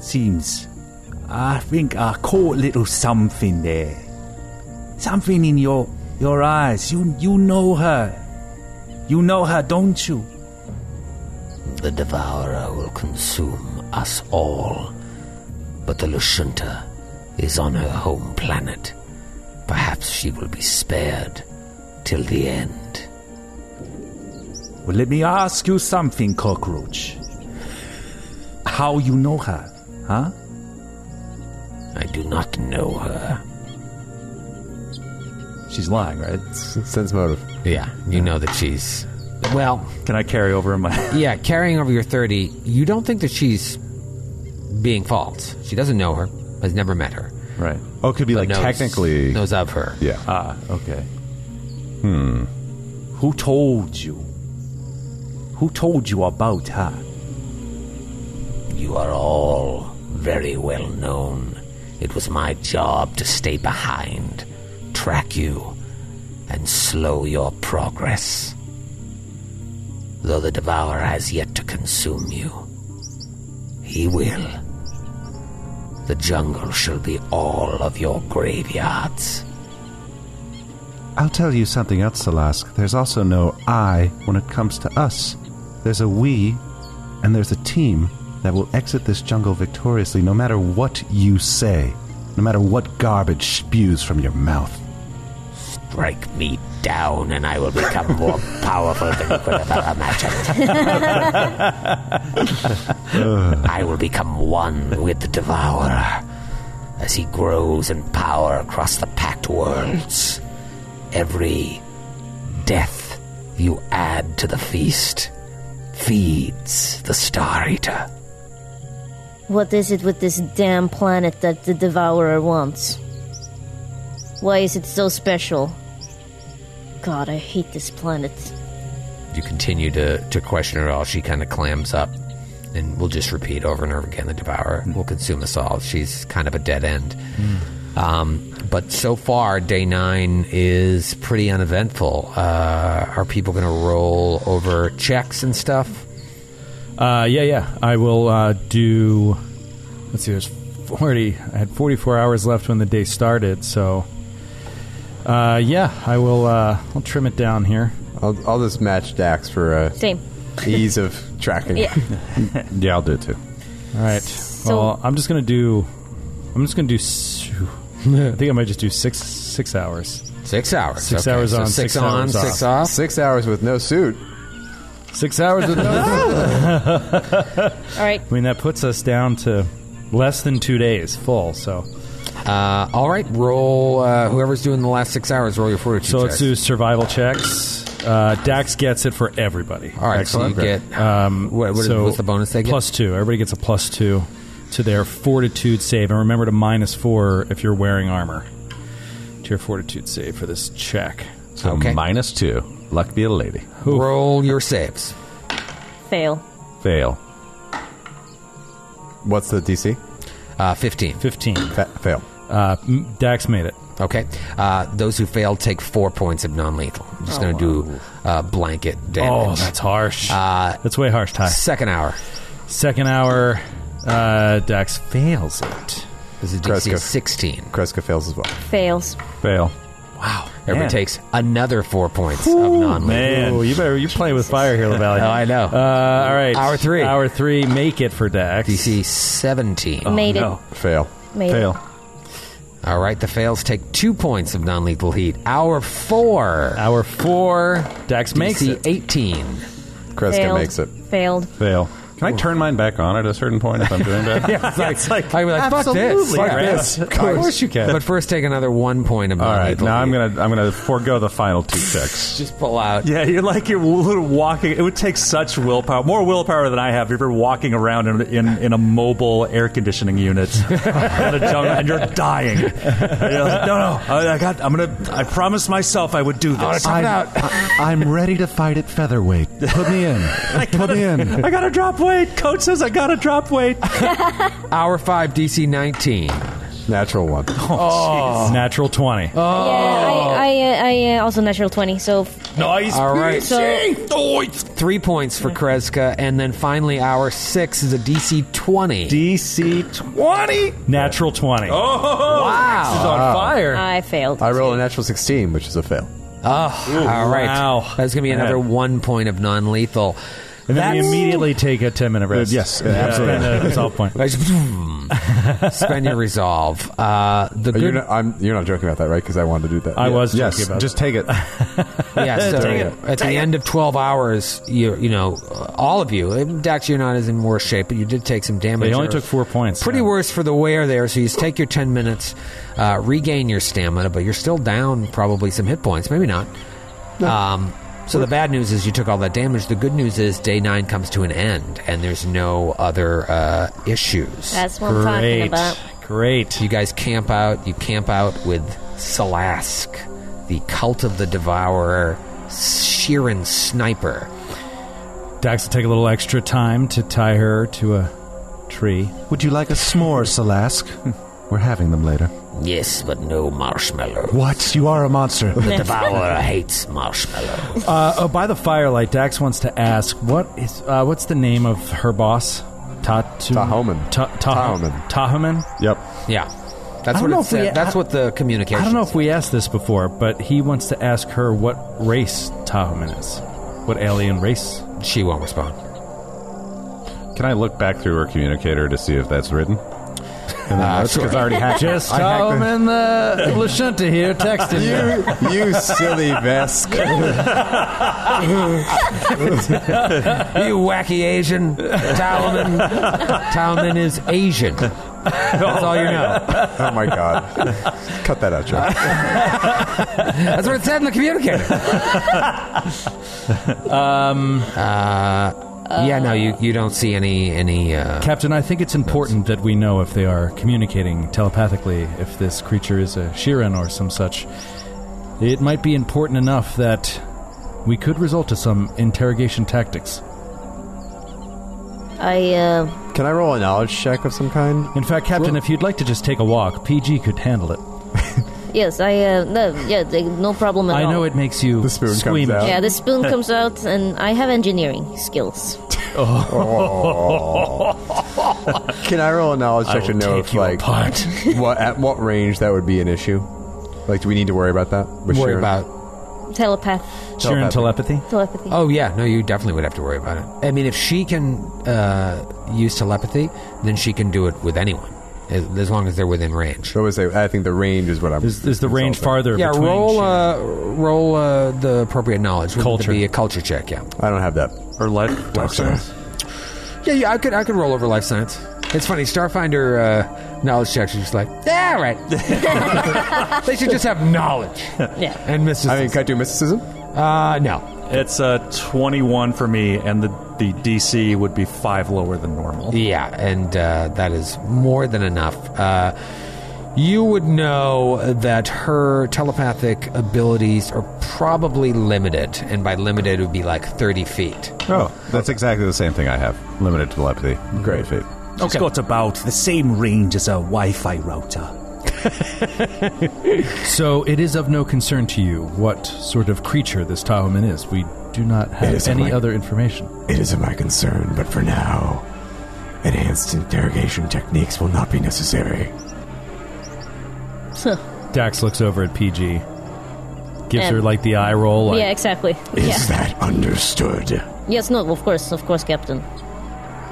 Speaker 7: seems. I think I caught little something there. Something in your your eyes. You you know her. You know her, don't you?
Speaker 2: The Devourer will consume us all, but the Lushunta is on her home planet. Perhaps she will be spared till the end.
Speaker 7: Well, let me ask you something, cockroach. How you know her, huh?
Speaker 2: I do not know her.
Speaker 7: She's lying, right?
Speaker 3: S- sense motive.
Speaker 2: Yeah, you know that she's. Well,
Speaker 7: Can I carry over my?
Speaker 2: yeah, carrying over your 30, you don't think that she's being false. She doesn't know her, has never met her.
Speaker 7: right.
Speaker 5: Oh, it could be
Speaker 2: but
Speaker 5: like
Speaker 2: knows-
Speaker 5: technically.
Speaker 2: Knows of her.
Speaker 5: Yeah.
Speaker 7: Ah, okay. Hmm. Who told you? Who told you about her?
Speaker 2: You are all very well known. It was my job to stay behind, track you, and slow your progress. Though the Devourer has yet to consume you, he will. The jungle shall be all of your graveyards.
Speaker 10: I'll tell you something else, Salask. There's also no I when it comes to us. There's a we, and there's a team that will exit this jungle victoriously no matter what you say, no matter what garbage spews from your mouth.
Speaker 2: Strike me down, and I will become more powerful than you could have ever imagined. I will become one with the devourer,
Speaker 11: as he grows in power across the packed worlds. Every death you add to the feast feeds the Star Eater.
Speaker 4: What is it with this damn planet that the Devourer wants? Why is it so special? God, I hate this planet.
Speaker 2: You continue to, to question her at all. She kind of clams up, and we'll just repeat over and over again the Devourer
Speaker 6: Hmm.
Speaker 2: will consume us all. She's kind of a dead end.
Speaker 6: Hmm.
Speaker 2: Um, but so far, day nine is pretty uneventful. Uh, are people going to roll over checks and stuff?
Speaker 6: Uh, yeah, yeah. I will uh, do. Let's see. There's 40. I had 44 hours left when the day started, so. Uh, yeah, I will. Uh, I'll trim it down here.
Speaker 3: I'll, I'll just match Dax for uh,
Speaker 4: Same.
Speaker 3: ease of tracking.
Speaker 4: Yeah.
Speaker 5: yeah, I'll do it too.
Speaker 6: All right. well, I'm just gonna do. I'm just gonna do. s- I think I might just do six six hours.
Speaker 2: Six hours.
Speaker 6: Six
Speaker 2: Okay,
Speaker 6: hours
Speaker 2: so
Speaker 6: on.
Speaker 2: six on,
Speaker 6: hours
Speaker 2: six off.
Speaker 3: Six hours with no suit.
Speaker 6: Six hours with
Speaker 2: Uh,
Speaker 6: no.
Speaker 4: All right.
Speaker 6: I mean, that puts us down to less than two days full. So.
Speaker 2: Uh, all right. Roll. Uh, whoever's doing the last six hours, roll your fortitude.
Speaker 6: So let's
Speaker 2: checks.
Speaker 6: do survival checks. Uh, Dax gets it for everybody.
Speaker 2: All right, so you Excellent. get,
Speaker 6: Um,
Speaker 2: what- what is- what's the bonus they get?
Speaker 6: Plus two. Everybody gets a plus two to their fortitude save, and remember to minus four if you're wearing armor to your fortitude save for this check.
Speaker 5: So Okay. minus two. Luck be a lady.
Speaker 2: Roll your saves.
Speaker 4: Fail.
Speaker 5: Fail.
Speaker 3: What's the DC?
Speaker 2: Uh, 15.
Speaker 6: 15.
Speaker 3: fail.
Speaker 6: Uh, Dax made it.
Speaker 2: Okay. Uh, those who fail take four points of non lethal. I'm just
Speaker 6: Oh,
Speaker 2: going to do uh, blanket damage.
Speaker 6: Oh, that's harsh. that's way harsh, Ty.
Speaker 2: Second hour.
Speaker 6: Second hour. Uh, Dax fails it.
Speaker 2: This is DC
Speaker 3: Kreska.
Speaker 2: 16.
Speaker 3: Kreska fails as well.
Speaker 4: Fails.
Speaker 5: Fail.
Speaker 2: Wow. Everybody
Speaker 6: Man.
Speaker 2: takes another four points of non
Speaker 6: Man,
Speaker 2: lethal.
Speaker 6: you better you're playing with fire here, Lavalley.
Speaker 2: Oh, I know.
Speaker 6: Uh, all right,
Speaker 2: Hour three.
Speaker 6: Hour three. Make it for Dax.
Speaker 2: DC 17.
Speaker 4: Made it. no.
Speaker 3: Fail.
Speaker 4: Made it. Fail.
Speaker 2: All right, the fails take two points of non lethal heat. Hour four.
Speaker 6: Hour four. Dax
Speaker 2: makes it. 18.
Speaker 3: Kreska
Speaker 4: Failed.
Speaker 3: makes it.
Speaker 4: Failed.
Speaker 5: Fail. Can I turn mine back on at a certain point if I'm doing bad?
Speaker 6: yeah, it's like,
Speaker 2: I'd be like, fuck this.
Speaker 6: Absolutely,
Speaker 2: Fuck
Speaker 6: right?
Speaker 2: this.
Speaker 6: Of course. you can.
Speaker 2: But first, take another one point of
Speaker 5: All
Speaker 2: non
Speaker 5: right.
Speaker 2: lethal
Speaker 5: Now I'm
Speaker 2: heat.
Speaker 5: gonna I'm gonna forego the final two checks.
Speaker 2: Just pull out.
Speaker 7: Yeah, you're like you're little walking. It would take such willpower, more willpower than I have. If you're walking around in, in, in a mobile air conditioning unit in a jungle, and you're dying. You know, like, no, no, I, I got. I'm gonna. I promised myself I would do this.
Speaker 10: I'm, I, am ready to fight at featherweight. Put me in. Put me in.
Speaker 7: I gotta drop weight. Coach says I gotta drop weight.
Speaker 2: Hour five, DC 19.
Speaker 3: Natural one.
Speaker 6: Natural twenty.
Speaker 4: Yeah, I, I, uh, I uh, also natural 20, so f-
Speaker 6: nice.
Speaker 2: All right.
Speaker 4: so
Speaker 2: Three points for Kreska. And then finally, hour six is a DC 20.
Speaker 6: DC
Speaker 7: E Twenty.
Speaker 6: natural twenty. Oh,
Speaker 2: wow.
Speaker 6: on fire.
Speaker 4: I failed.
Speaker 3: I roll a natural 16, which is a fail.
Speaker 2: Oh, all right.
Speaker 6: wow.
Speaker 2: That's going to be another one point of non lethal.
Speaker 6: and then we immediately take a ten minute rest.
Speaker 5: yes,
Speaker 6: absolutely. resolve point.
Speaker 2: Spend your resolve. Uh, the
Speaker 3: But you're
Speaker 2: good,
Speaker 3: not, I'm, you're not joking about that, right? Because I wanted to do that.
Speaker 6: I was joking
Speaker 5: Yes.
Speaker 6: about
Speaker 5: Just take it.
Speaker 2: yeah. So
Speaker 6: Dang it.
Speaker 2: at the end of twelve hours, you you know, uh, all of you, Dax, you're not as in worse shape, but you did take some damage.
Speaker 6: They only
Speaker 2: Or-
Speaker 6: took four points,
Speaker 2: Pretty
Speaker 6: yeah.
Speaker 2: worse for the wear there. So you just take your ten minutes, uh, regain your stamina, but you're still down probably some hit points. Maybe not. Um, so the bad news is you took all that damage. The good news is day nine comes to an end, and there's no other uh, issues.
Speaker 4: That's what I'm talking
Speaker 6: Great,
Speaker 4: about.
Speaker 6: great.
Speaker 2: You guys camp out. You camp out with Salask, the cult of the devourer, Sheeran sniper.
Speaker 6: Dax will take a little extra time to tie her to a tree.
Speaker 10: Would you like a s'more, Salask? We're having them later.
Speaker 11: Yes, but no marshmallow.
Speaker 10: What? You are a monster.
Speaker 11: The devourer hates marshmallow.
Speaker 6: Uh, oh, by the firelight, Dax wants to ask what is uh, what's the name of her boss? Tatu-
Speaker 3: Tahoman.
Speaker 6: Ta- Ta-
Speaker 3: Tahoman.
Speaker 6: Tahoman.
Speaker 5: yep.
Speaker 2: Yeah, that's
Speaker 6: don't
Speaker 2: what
Speaker 6: know
Speaker 2: it
Speaker 6: if we-
Speaker 2: said. That's
Speaker 6: I-
Speaker 2: what the communication.
Speaker 6: I don't know if we asked this before, but he wants to ask her what race Tahoman is. What alien race?
Speaker 2: said. she won't respond.
Speaker 5: Can I look back through her communicator to see if that's written?
Speaker 2: Uh, sure.
Speaker 5: I already hacked
Speaker 6: Just
Speaker 5: I hacked the-
Speaker 6: Tahoman uh, Lashunta here texting me.
Speaker 3: you silly Vesk.
Speaker 2: you wacky Asian, Talman. Talman is Asian. That's all you know.
Speaker 3: oh my god! Cut that out, Joe.
Speaker 2: That's what it said in the communicator. um. Uh, yeah. No. You. You don't see any. Any. Uh,
Speaker 6: Captain, I think it's important that we know if they are communicating telepathically, if this creature is a Shiran or some such. It might be important enough that we could resort to some interrogation tactics.
Speaker 4: I, uh,
Speaker 6: Can I roll a knowledge check of some kind? In fact, Captain, if you'd like to just take a walk, PG could handle it.
Speaker 4: yes, I, uh, no, yeah, they, no problem at
Speaker 6: I
Speaker 4: all.
Speaker 6: know it makes you the spoon squeamish.
Speaker 4: Yeah, the spoon comes out, and I have engineering skills.
Speaker 3: Can I roll a knowledge
Speaker 4: I
Speaker 3: check to
Speaker 4: will
Speaker 3: know
Speaker 4: take
Speaker 3: if
Speaker 4: you
Speaker 3: like
Speaker 4: apart.
Speaker 3: what at what range that would be an issue? Like, do we need to worry about that?
Speaker 2: Worry
Speaker 3: about
Speaker 4: Telepath.
Speaker 2: Sheeran
Speaker 6: telepathy?
Speaker 4: Telepathy.
Speaker 2: Oh yeah, no, you definitely would have to worry about it. I mean, if she can uh, use telepathy, then she can do it with anyone, as, as long as they're within range.
Speaker 3: What was it? I think the range is what I'm.
Speaker 6: Is, is the range farther?
Speaker 2: yeah,
Speaker 6: between
Speaker 2: roll uh, roll uh, the appropriate knowledge. Wouldn't it
Speaker 6: Culture.
Speaker 2: be a culture check. Yeah,
Speaker 3: I don't have that.
Speaker 7: Or life, life science.
Speaker 2: yeah, yeah. I could I could roll over life science. It's funny, Starfinder uh, knowledge checks. are just like, yeah, all right. they should just have knowledge.
Speaker 4: Yeah.
Speaker 2: And mysticism.
Speaker 3: I mean, can I do mysticism?
Speaker 2: Uh, no.
Speaker 7: It's a 21 for me, and the, the DC would be five lower than normal.
Speaker 2: Yeah, and uh, that is more than enough. Uh, you would know that her telepathic abilities are probably limited, and by limited, it would be like 30 feet.
Speaker 5: Oh, that's exactly the same thing I have. Limited telepathy. Great feet.
Speaker 12: She's got about the same range as a Wi-Fi router.
Speaker 6: So it is of no concern to you what sort of creature this Tahoman is. We do not have any other. information.
Speaker 13: It isn't my concern, but for now, enhanced interrogation techniques will not be necessary.
Speaker 6: Dax looks over at PG, gives
Speaker 4: Um,
Speaker 6: her like the eye roll. Like,
Speaker 4: yeah, exactly.
Speaker 6: Is
Speaker 4: yeah.
Speaker 6: that understood?
Speaker 4: Yes, no, of course, of course, Captain.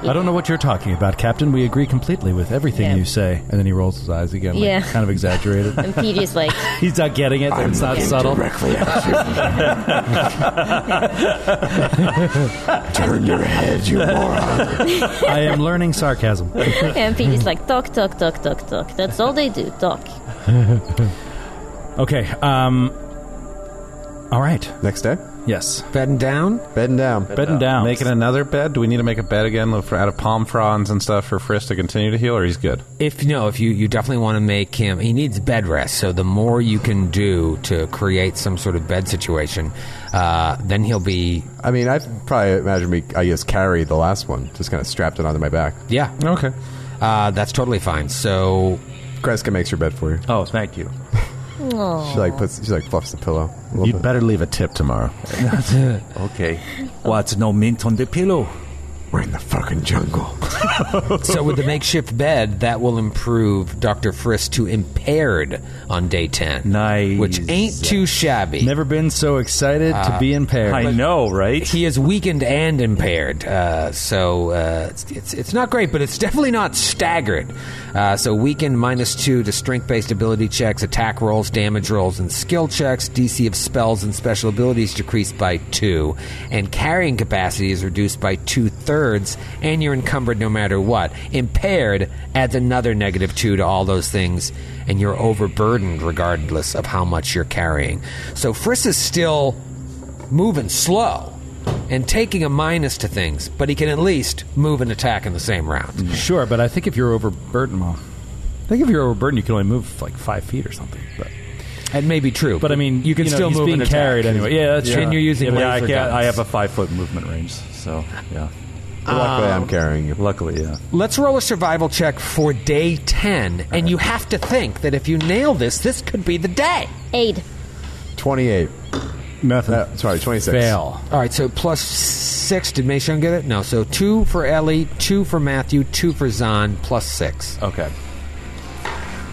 Speaker 6: I don't know what you're talking about, Captain. We agree completely with everything
Speaker 4: Yeah.
Speaker 6: you say. And then he rolls his eyes again, like,
Speaker 4: Yeah.
Speaker 6: kind of exaggerated.
Speaker 4: And PG's like,
Speaker 6: He's not getting it. that it's not subtle.
Speaker 13: Turn your head, you moron.
Speaker 6: I am learning sarcasm.
Speaker 4: and PG's like, talk, talk, talk, talk, talk. That's all they do, talk.
Speaker 6: okay. Um. All right.
Speaker 3: Next day.
Speaker 6: Yes.
Speaker 2: Bedding down.
Speaker 3: Bedding down.
Speaker 6: Bedding down.
Speaker 5: Making another bed? Do we need to make a bed again for, out of palm fronds and stuff for Frisk to continue to heal, or he's good?
Speaker 2: If no, if you, you definitely want to make him, he needs bed rest. So the more you can do to create some sort of bed situation, uh, then he'll be.
Speaker 3: I mean, I probably imagine me. I guess carry the last one, just kind of strapped it onto my back.
Speaker 2: Yeah.
Speaker 5: Okay.
Speaker 2: Uh, that's totally fine. So,
Speaker 3: Kreska makes your bed for you.
Speaker 7: Oh, thank you.
Speaker 3: She like puts. She like fluffs the pillow.
Speaker 5: You'd better leave a tip tomorrow.
Speaker 12: okay. What? No mint on the pillow?
Speaker 13: We're in the fucking jungle.
Speaker 2: so with the makeshift bed, that will improve Doctor Frisk to impaired on day ten.
Speaker 7: Nice,
Speaker 2: which ain't too shabby.
Speaker 6: Never been so excited to be impaired.
Speaker 2: I
Speaker 7: know, right?
Speaker 2: He is weakened and impaired, uh, so uh, it's, it's it's not great, but it's definitely not staggered. Uh, so weakened minus two to strength-based ability checks, attack rolls, damage rolls, and skill checks. DC of spells and special abilities decreased by two, and carrying capacity is reduced by two thirds, and you're encumbered no matter what. Impaired adds another negative two to all those things, and you're overburdened regardless of how much you're carrying. So Frisk is still moving slow and taking a minus to things, but he can at least move and attack in the same round.
Speaker 6: Sure, but I think if you're overburdened, well, I think if you're overburdened, you can only move like five feet or something. But
Speaker 2: That may be true,
Speaker 6: but I mean,
Speaker 2: you can
Speaker 6: know,
Speaker 2: still
Speaker 6: he's
Speaker 2: move
Speaker 6: being
Speaker 2: and attack.
Speaker 6: carried anyway. Yeah, that's true.
Speaker 2: And you're using
Speaker 7: yeah, but I,
Speaker 2: laser
Speaker 7: can't-
Speaker 2: guns.
Speaker 7: I have a five foot movement range, so yeah.
Speaker 2: But luckily, Um, I'm
Speaker 3: carrying you.
Speaker 7: Luckily, yeah.
Speaker 2: Let's roll a survival check for day 10, and you have to think that if you nail this, this could be the day.
Speaker 4: Aid.
Speaker 3: Twenty-eight.
Speaker 6: Nothing.
Speaker 3: sorry, twenty-six.
Speaker 2: All right, so plus six. Did Meishan get it? No. So two for Ellie, two for Matthew, two for Zahn, plus six.
Speaker 7: Okay.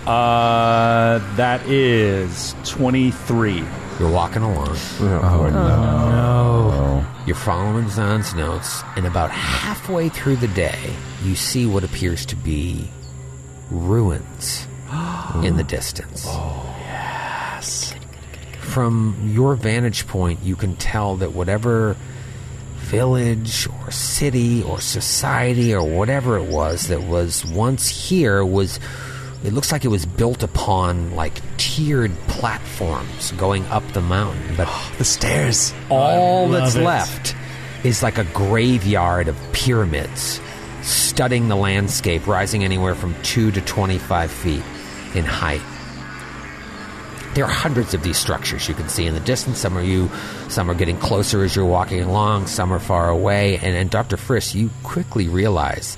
Speaker 7: Uh, that is 23.
Speaker 2: You're walking along.
Speaker 7: Oh,
Speaker 2: Oh,
Speaker 7: no.
Speaker 2: You're following Zahn's notes, and about halfway through the day, you see what appears to be ruins in the distance. Oh, yes. From your vantage point, you can tell that whatever village or city or society or whatever it was that was once here was it looks like it was built upon like tiered platforms going up the mountain but the stairs all
Speaker 14: I
Speaker 2: that's
Speaker 14: love it.
Speaker 2: left is like a graveyard of pyramids studding the landscape rising anywhere from 2 to 25 feet in height there are hundreds of these structures you can see in the distance. Some are you, some are getting closer as you're walking along. Some are far away. And, and Dr. Frisch, you quickly realize